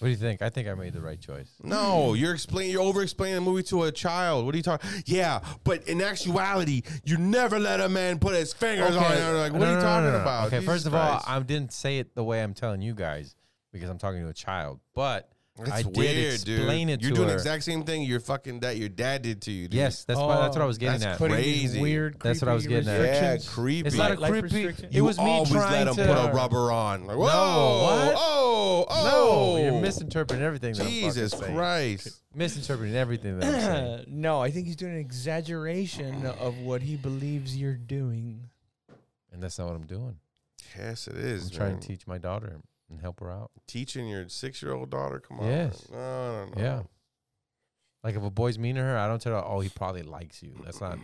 S2: What do you think? I think I made the right choice. Hmm.
S1: No, you're explaining. You're over explaining a movie to a child. What are you talking? Yeah, but in actuality, you never let a man put his fingers on. Her. Like, what
S2: No,
S1: are you
S2: no, no,
S1: talking
S2: no, no.
S1: about?
S2: Okay,
S1: Jesus
S2: first of
S1: Christ.
S2: all, I didn't say it the way I'm telling you guys because I'm talking to a child, but
S1: That's
S2: I did
S1: weird,
S2: explain
S1: dude.
S2: it
S1: You're
S2: to
S1: doing
S2: her.
S1: the exact same thing your fucking that your dad did to you. Dude. Oh,
S2: Yes, that's why- that's what I was getting
S1: that's
S2: at. Putting these
S1: Crazy.
S2: weird, That's what I was getting at.
S1: Yeah,
S2: restrictions.
S1: creepy.
S2: It's not a
S1: Like-
S2: creepy.
S1: You
S2: It was me
S1: always
S2: trying
S1: let him
S2: to
S1: put a rubber on. Like,
S2: No,
S1: whoa,
S2: what?
S1: oh, oh,
S2: No, you're misinterpreting everything. that I'm fucking
S1: Jesus
S2: saying.
S1: Christ.
S2: Misinterpreting everything that I'm saying.
S3: no, I think he's doing an exaggeration of what he believes you're doing.
S2: And that's not what I'm doing.
S1: Yes, it is.
S2: I'm trying
S1: man.
S2: to teach my daughter and help her out.
S1: teaching your six year old daughter. Come on.
S2: Yes.
S1: No, no, no.
S2: Yeah. Like if a boy's mean to her, I don't tell her, oh, he probably likes you. That's not.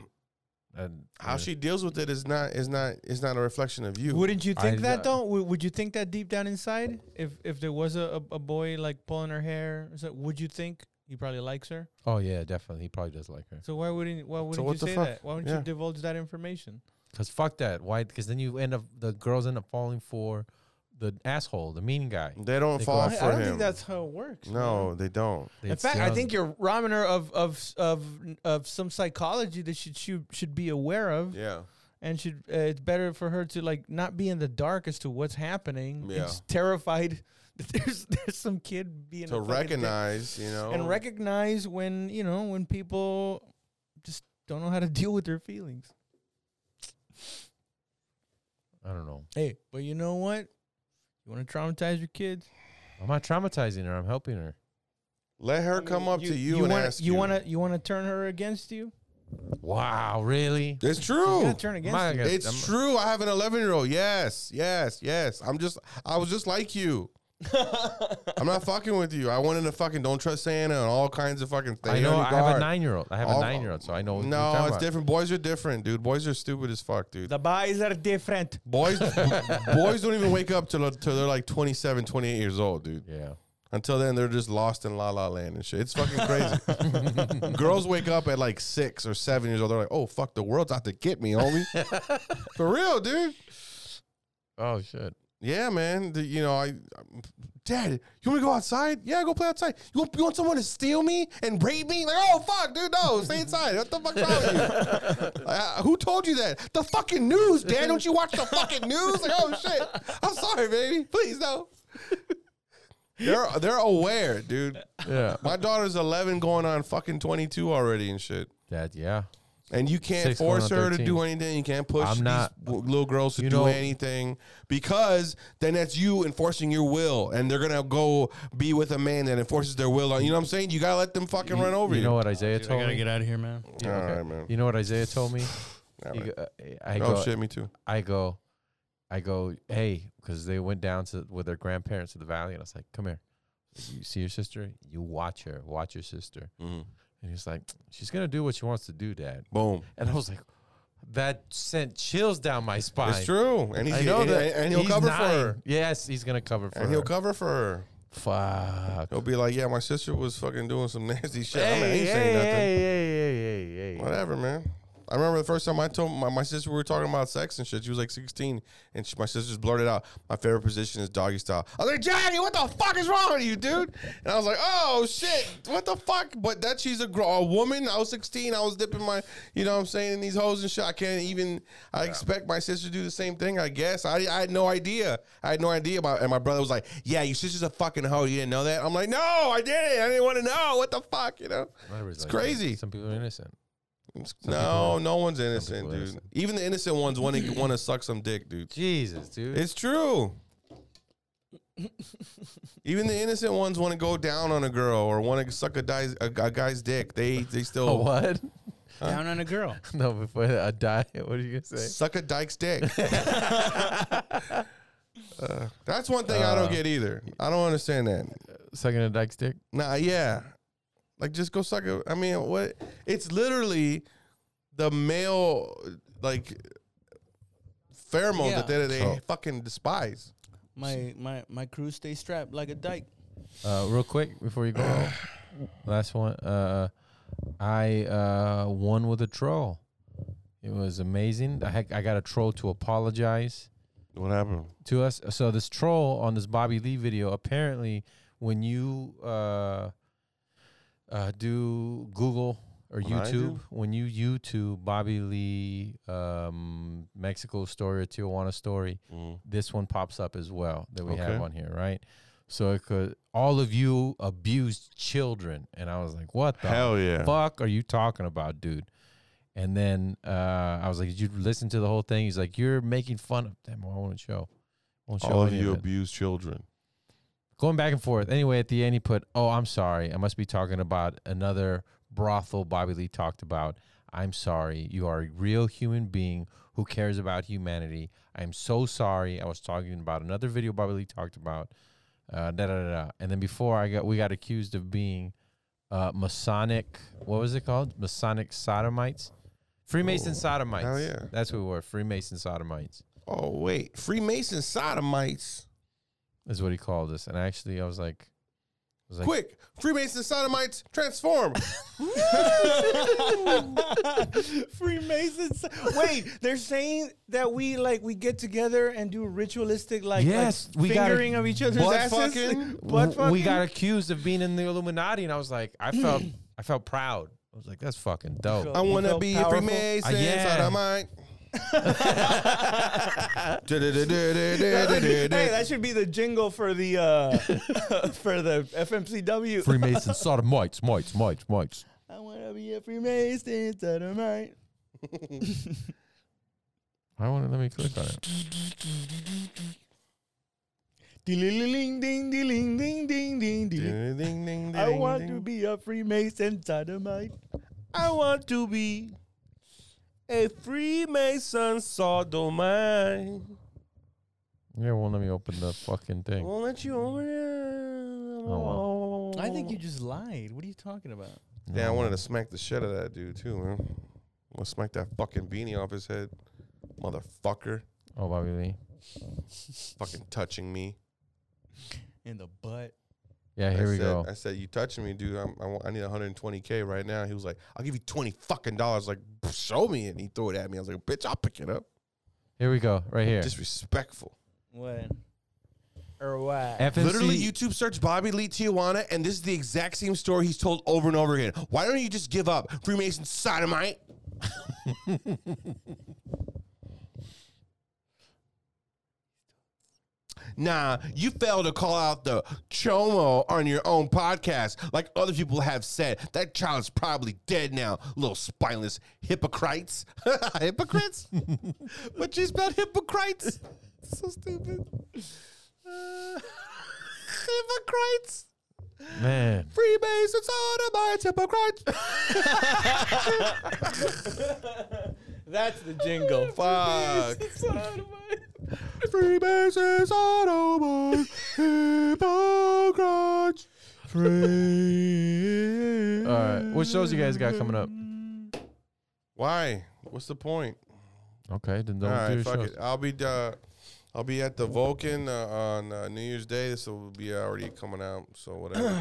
S2: and-
S1: How she deals with it is not is not is not a reflection of you.
S3: Wouldn't you think
S2: I-
S3: that though? Would would you think that deep down inside, if if there was a, a, a boy like pulling her hair, or so- would you think he probably likes her?
S2: Oh yeah, definitely. He probably does like her.
S3: So why wouldn't why wouldn't
S1: what
S3: you
S1: the
S3: say
S1: fuck?
S3: that? Why wouldn't
S1: Yeah.
S3: you divulge that information?
S2: Cause fuck that. Why? Because then you end up the girls end up falling for the asshole, the mean guy.
S1: They don't
S2: They go
S1: fall
S2: out-
S1: for
S3: I don't
S1: him.
S3: think that's how it works.
S1: no, they don't.
S3: In
S2: It's
S3: fact, I
S2: young.
S3: think you're robbing her of of of of some psychology that she should should be aware of,
S1: Yeah.
S3: and should uh, it's better for her to like not be in the dark as to what's happening. and
S1: Yeah.
S3: just terrified that there's there's some kid being a
S1: To
S3: fucking dick.
S1: recognize, you know,
S3: and recognize when you know when people just don't know how to deal with their feelings.
S2: I don't know.
S3: Hey, but you know what? You want to traumatize your kids?
S2: I'm not traumatizing her. I'm helping her.
S1: let her come up to you, and
S3: wanna,
S1: ask
S3: you
S1: you.
S3: want to you want to turn her against you?
S2: Wow, really?
S1: It's
S3: She's
S1: true.
S3: gonna turn
S2: Am I
S3: against you.
S2: gonna-
S1: It's
S2: I'm-
S1: true. I have an 11 year old. Yes, yes, yes. I'm just, I was just like you. I'm not fucking with you. I wanted to fucking don't trust Santa and all kinds of fucking things.
S2: I know. I have a nine-year-old. I have a nine-year-old, so I know. what you're
S1: No,
S2: talking
S1: it's
S2: about.
S1: different. Boys are different, dude. Boys are stupid as fuck, dude.
S3: The buys are different.
S1: Boys, boys don't even wake up till, till they're like 27, 28 years old, dude.
S2: Yeah.
S1: Until then, they're just lost in la la land and shit. It's fucking crazy. Girls wake up at like six or seven years old. They're like, oh, fuck, the world's out to get me, homie. For real, dude.
S2: Oh shit.
S1: Yeah, man. The- you know, I, I'm- Dad, you want to go outside? Yeah, go play outside. You want, you want someone to steal me and rape me? Like, oh fuck, dude, no, stay inside. What the fuck's wrong with you? Uh, who told you that? The fucking news, Dad. Don't you watch the fucking news? Like, oh shit. I'm sorry, baby. Please no. They're they're aware, dude.
S2: Yeah.
S1: My daughter's 11, going on fucking 22 already and shit.
S2: That yeah.
S1: And you can't
S2: Six going
S1: force
S2: on
S1: her to
S2: 13.
S1: do anything. You can't push
S2: I'm not-
S1: these w- little girls to
S2: you
S1: do
S2: know-
S1: anything because then that's you enforcing your will, and they're gonna go be with a man that enforces their will on. You know what I'm saying? You gotta let them fucking run over you.
S2: You know what Isaiah
S1: Oh, Dude, I
S2: told
S1: gotta
S2: me?
S1: get
S3: out of here, man.
S2: Yeah,
S1: All
S2: okay.
S1: right, man.
S2: You know what Isaiah told me?
S1: All
S2: He
S1: right.
S2: go- uh, I
S1: Oh,
S2: go,
S1: shit, me too.
S2: I go, I go, hey, because they went down to with their grandparents to the valley, and I was like, come here. You see your sister? You watch her. Watch your sister.
S1: Mm-hmm.
S2: And he's like, she's gonna do what she wants to do, Dad.
S1: Boom.
S2: And I was like, that sent chills down my spine.
S1: true. And he's-
S2: I know
S1: and-
S2: that,
S1: and he'll
S2: he's
S1: cover for
S2: nine.
S1: her.
S2: Yes, he's gonna cover for
S1: and
S2: her.
S1: he'll cover for her.
S2: Fuck.
S1: He'll be like, yeah, my sister was fucking doing some nasty shit. I, mean, I
S2: Hey,
S1: ain't
S2: hey,
S1: saying nothing.
S2: hey, hey, hey, hey, hey.
S1: Whatever, man. I remember the first time I told my, my sister we were talking about sex and shit. She was like 16, and she, my sister's blurted out, "My favorite position is doggy style." I was like, "Johnny, what the fuck is wrong with you, dude?" And I was like, "Oh shit, what the fuck?" But that she's a girl, a woman. I was 16. I was dipping my, you know, what I'm saying in these hoes and shit. I can't even. I expect my sister to do the same thing. I guess I, I had no idea. I had no idea about. And my brother was like, "Yeah, your sister's a fucking hoe. You didn't know that?" I'm like, "No, I didn't. I didn't want to know. What the fuck, you know?"
S2: Whatever,
S1: It's
S2: like,
S1: crazy.
S2: Some people are innocent. Some people
S1: No,
S2: are-
S1: no one's innocent, dude. Even the innocent ones want to want to suck some dick, dude.
S2: Jesus, dude.
S1: It's true. Even the innocent ones want to go down on a girl or want to suck a, guy's a, a guy's dick. They they still
S2: A what?
S1: Huh?
S3: Down on a girl.
S2: No, before I die, what are you gonna say?
S1: Suck a dyke's dick. Uh, that's one thing I
S2: Uh,
S1: don't get either. I don't understand that.
S2: Sucking a dyke's dick.
S1: Nah, yeah. Like just go suck a I mean, what it's literally the male like pheromone that
S25: Yeah.
S1: they, they
S25: Oh.
S1: fucking despise.
S25: My my my crew stay strapped like a dyke.
S2: Uh, real quick before you go, last one. Uh, I uh, won with a troll. It was amazing. I had, I got a troll to apologize.
S1: What happened
S2: to us? So this troll on this Bobby Lee video apparently, when you uh, uh, do Google or
S1: When I
S2: YouTube,
S1: do?
S2: when you YouTube Bobby Lee um, Mexico story or Tijuana story, this one pops up as well that we have
S1: Mm-hmm. Okay.
S2: on here, right? So it could all of you abused children, and I was like, "What the
S1: Hell yeah.
S2: fuck are you talking about, dude?" And then uh, I was like, "Did you listen to the whole thing?" He's like, "You're making fun of them. I won't show, won't show
S1: All of
S2: any
S1: you
S2: it."
S1: abuse children.
S2: going back and forth. Anyway, at the end, he put, "Oh, I'm sorry. I must be talking about another brothel Bobby Lee talked about. I'm sorry. You are a real human being who cares about humanity. I'm so sorry. I was talking about another video Bobby Lee talked about. Uh, da, da, da, da. And then before I got, we got accused of being uh, Masonic. What was it called? Masonic sodomites." Freemason
S1: Oh,
S2: sodomites.
S1: hell yeah.
S2: That's what we were. Freemason sodomites
S1: Oh wait, Freemason sodomites.
S2: is what he called us. And actually, I was like, I was like,
S1: Quick, Freemason sodomites transform.
S25: Freemasons. Wait, they're saying that we like we get together and do ritualistic like,
S2: yes,
S25: like,
S2: we got
S25: fingering of each other's
S2: butt
S25: asses.
S2: fucking.
S25: butt
S2: W-
S25: fucking.
S2: We got accused of being in the Illuminati, and I was like, I felt, I felt proud. I was like, that's fucking dope.
S1: I wanna
S2: felt
S1: be a
S2: powerful.
S1: Freemason
S2: Uh, yeah.
S1: sodomite.
S25: hey, that should be the jingle for the uh for the FMCW.
S2: Freemason sodomites, mites, mites, mites.
S25: I wanna be a Freemason tonight.
S2: I want to let me click on it.
S25: Ding ding ding ding ding ding ding
S1: ding ding.
S25: I want to be a Freemason sodomite. I want to be a Freemason sodomite.
S2: Yeah, won't let me open the fucking thing.
S25: Won't let you over
S2: Oh,
S25: there.
S3: I think you just lied. What are you talking about?
S1: Yeah, I
S2: Um,
S1: wanted to smack the shit out of that dude too, man. I want to smack that fucking beanie off his head, motherfucker.
S2: Oh, Bobby Lee.
S1: Fucking touching me.
S25: in the butt.
S2: Yeah,
S1: I
S2: here we
S1: said-
S2: go.
S1: I said, "You touching me, dude? I'm, I, want, I need 120k right now." He was like, "I'll give you 20 fucking dollars." Like, show me, it. and he threw it at me. I was like, "Bitch, I'll pick it up."
S2: Here we go. Right here.
S1: Disrespectful.
S25: What? Or what?
S2: FNC
S1: Literally, YouTube search Bobby Lee Tijuana, and this is the exact same story he's told over and over again. Why don't you just give up, Freemason sodomite? nah, you failed to call out the chomo on your own podcast, like other people have said. That child's probably dead now, little spineless hypocrites. hypocrites? but she's about hypocrites. so stupid. Uh, hypocrites.
S2: Man.
S1: Freemasons are the mighty hypocrites.
S3: That's the jingle.
S1: Fuck. Freemasons are the hypocrites. Free.
S2: All right. What shows you guys got coming up?
S1: Why? What's the point?
S2: Okay, then don't
S1: All right,
S2: do
S1: fuck
S2: shows.
S1: it. I'll be uh, I'll be at the Vulcan uh, on uh, New Year's Day. This will be already coming out, so whatever.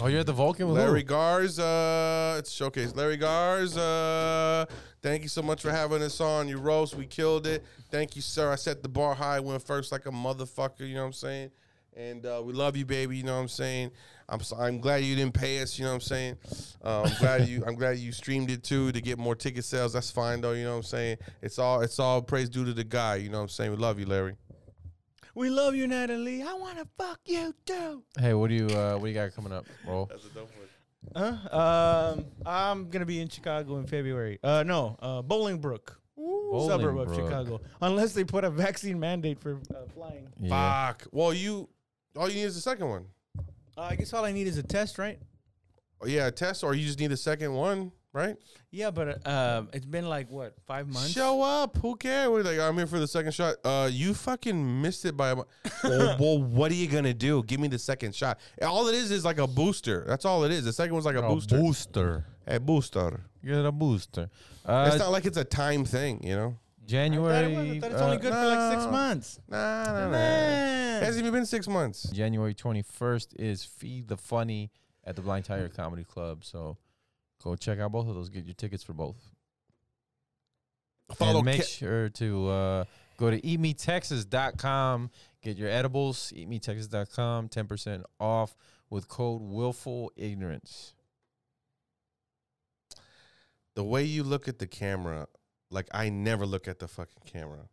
S2: Oh, you're at the Vulcan with
S1: Larry
S2: who?
S1: Garz, uh, it's showcase. Larry Garz, uh, thank you so much for having us on. You roast, we killed it. Thank you, sir. I set the bar high, went first like a motherfucker. You know what I'm saying? And uh, we love you, baby. You know what I'm saying? I'm so, I'm glad you didn't pay us. You know what I'm saying? Uh, I'm glad you I'm glad you streamed it too to get more ticket sales. That's fine though. You know what I'm saying? It's all it's all praise due to the guy. You know what I'm saying? We love you, Larry.
S3: We love you, Natalie. I want to fuck you too.
S2: Hey, what do you uh, what do you got coming up, Roll?
S1: That's a dope one.
S3: Huh? Um, I'm gonna be in Chicago in February. Uh, no, uh, Bolingbrook, suburb of
S2: Bolingbrook.
S3: Chicago. Unless they put a vaccine mandate for uh, flying.
S1: Fuck. Well, you all you need is the second one.
S3: Uh, I guess all I need is a test, right?
S1: Oh, Yeah, a test, or you just need a second one, right?
S3: Yeah, but uh, um, it's been like what five months.
S1: Show up. Who cares? We're like, I'm here for the second shot. Uh, you fucking missed it by. A, mo- well, well, what are you gonna do? Give me the second shot. All it is is like a booster. That's all it is. The second one's like a booster.
S2: booster.
S1: A booster.
S2: You're a booster.
S1: it's
S2: Uh,
S1: not like it's a time thing, you know.
S2: January.
S1: e
S2: uh,
S1: No. Nah, nah, nah.
S3: Man.
S1: Hasn't even been six months.
S2: January 21st is Feed the Funny at the Blind Tiger Comedy Club. So go check out both of those. Get your tickets for both.
S1: Follow
S2: and make
S1: Ke-
S2: sure to uh, go to eatmetexas.com. Get your edibles. Eatmetexas.com. 10% off with code Willful Ignorance.
S1: The way you look at the camera, like I never look at the fucking camera.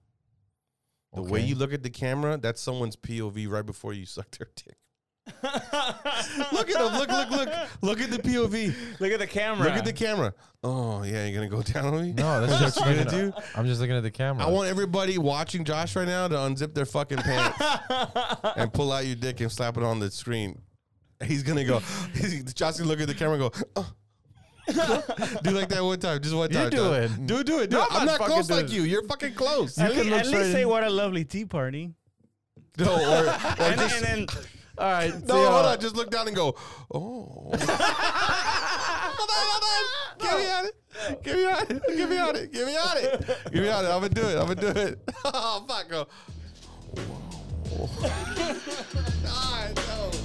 S1: The way
S2: Okay.
S1: you look at the camera, that's someone's POV right before you suck their dick. look at them. Look, look, look. Look at the POV.
S3: Look at the camera.
S1: Look at the camera. Oh yeah, you're gonna go down on me.
S2: No, that's just
S1: what you're
S2: looking
S1: gonna do.
S2: at- I'm just looking at the camera.
S1: I want everybody watching Josh right now to unzip their fucking pants and pull out your dick and slap it on the screen. He's gonna go. Josh can look at the camera and go. "Oh." do like that one time, just one
S2: You
S1: time.
S2: do
S1: Josh.
S2: it.
S1: Do do it. Do
S2: No,
S1: it.
S2: I'm not
S1: I'm not
S2: fucking
S1: close
S2: doing
S1: like
S2: it.
S1: you. You're fucking close.
S3: At,
S1: You
S3: le-
S1: look
S3: at
S1: straight
S3: least say
S1: in.
S3: what a lovely tea party.
S1: No, or, or
S3: and,
S1: just,
S3: and then, all right.
S1: no,
S3: see
S1: hold
S3: y'all.
S1: on. Just look down and go. Oh. Get me on it. Get me on it. Get me on it. Get me on it. Get me on it. I'm gonna do it. I'm gonna do it. oh fuck. Oh. God, no.
S10: Oh,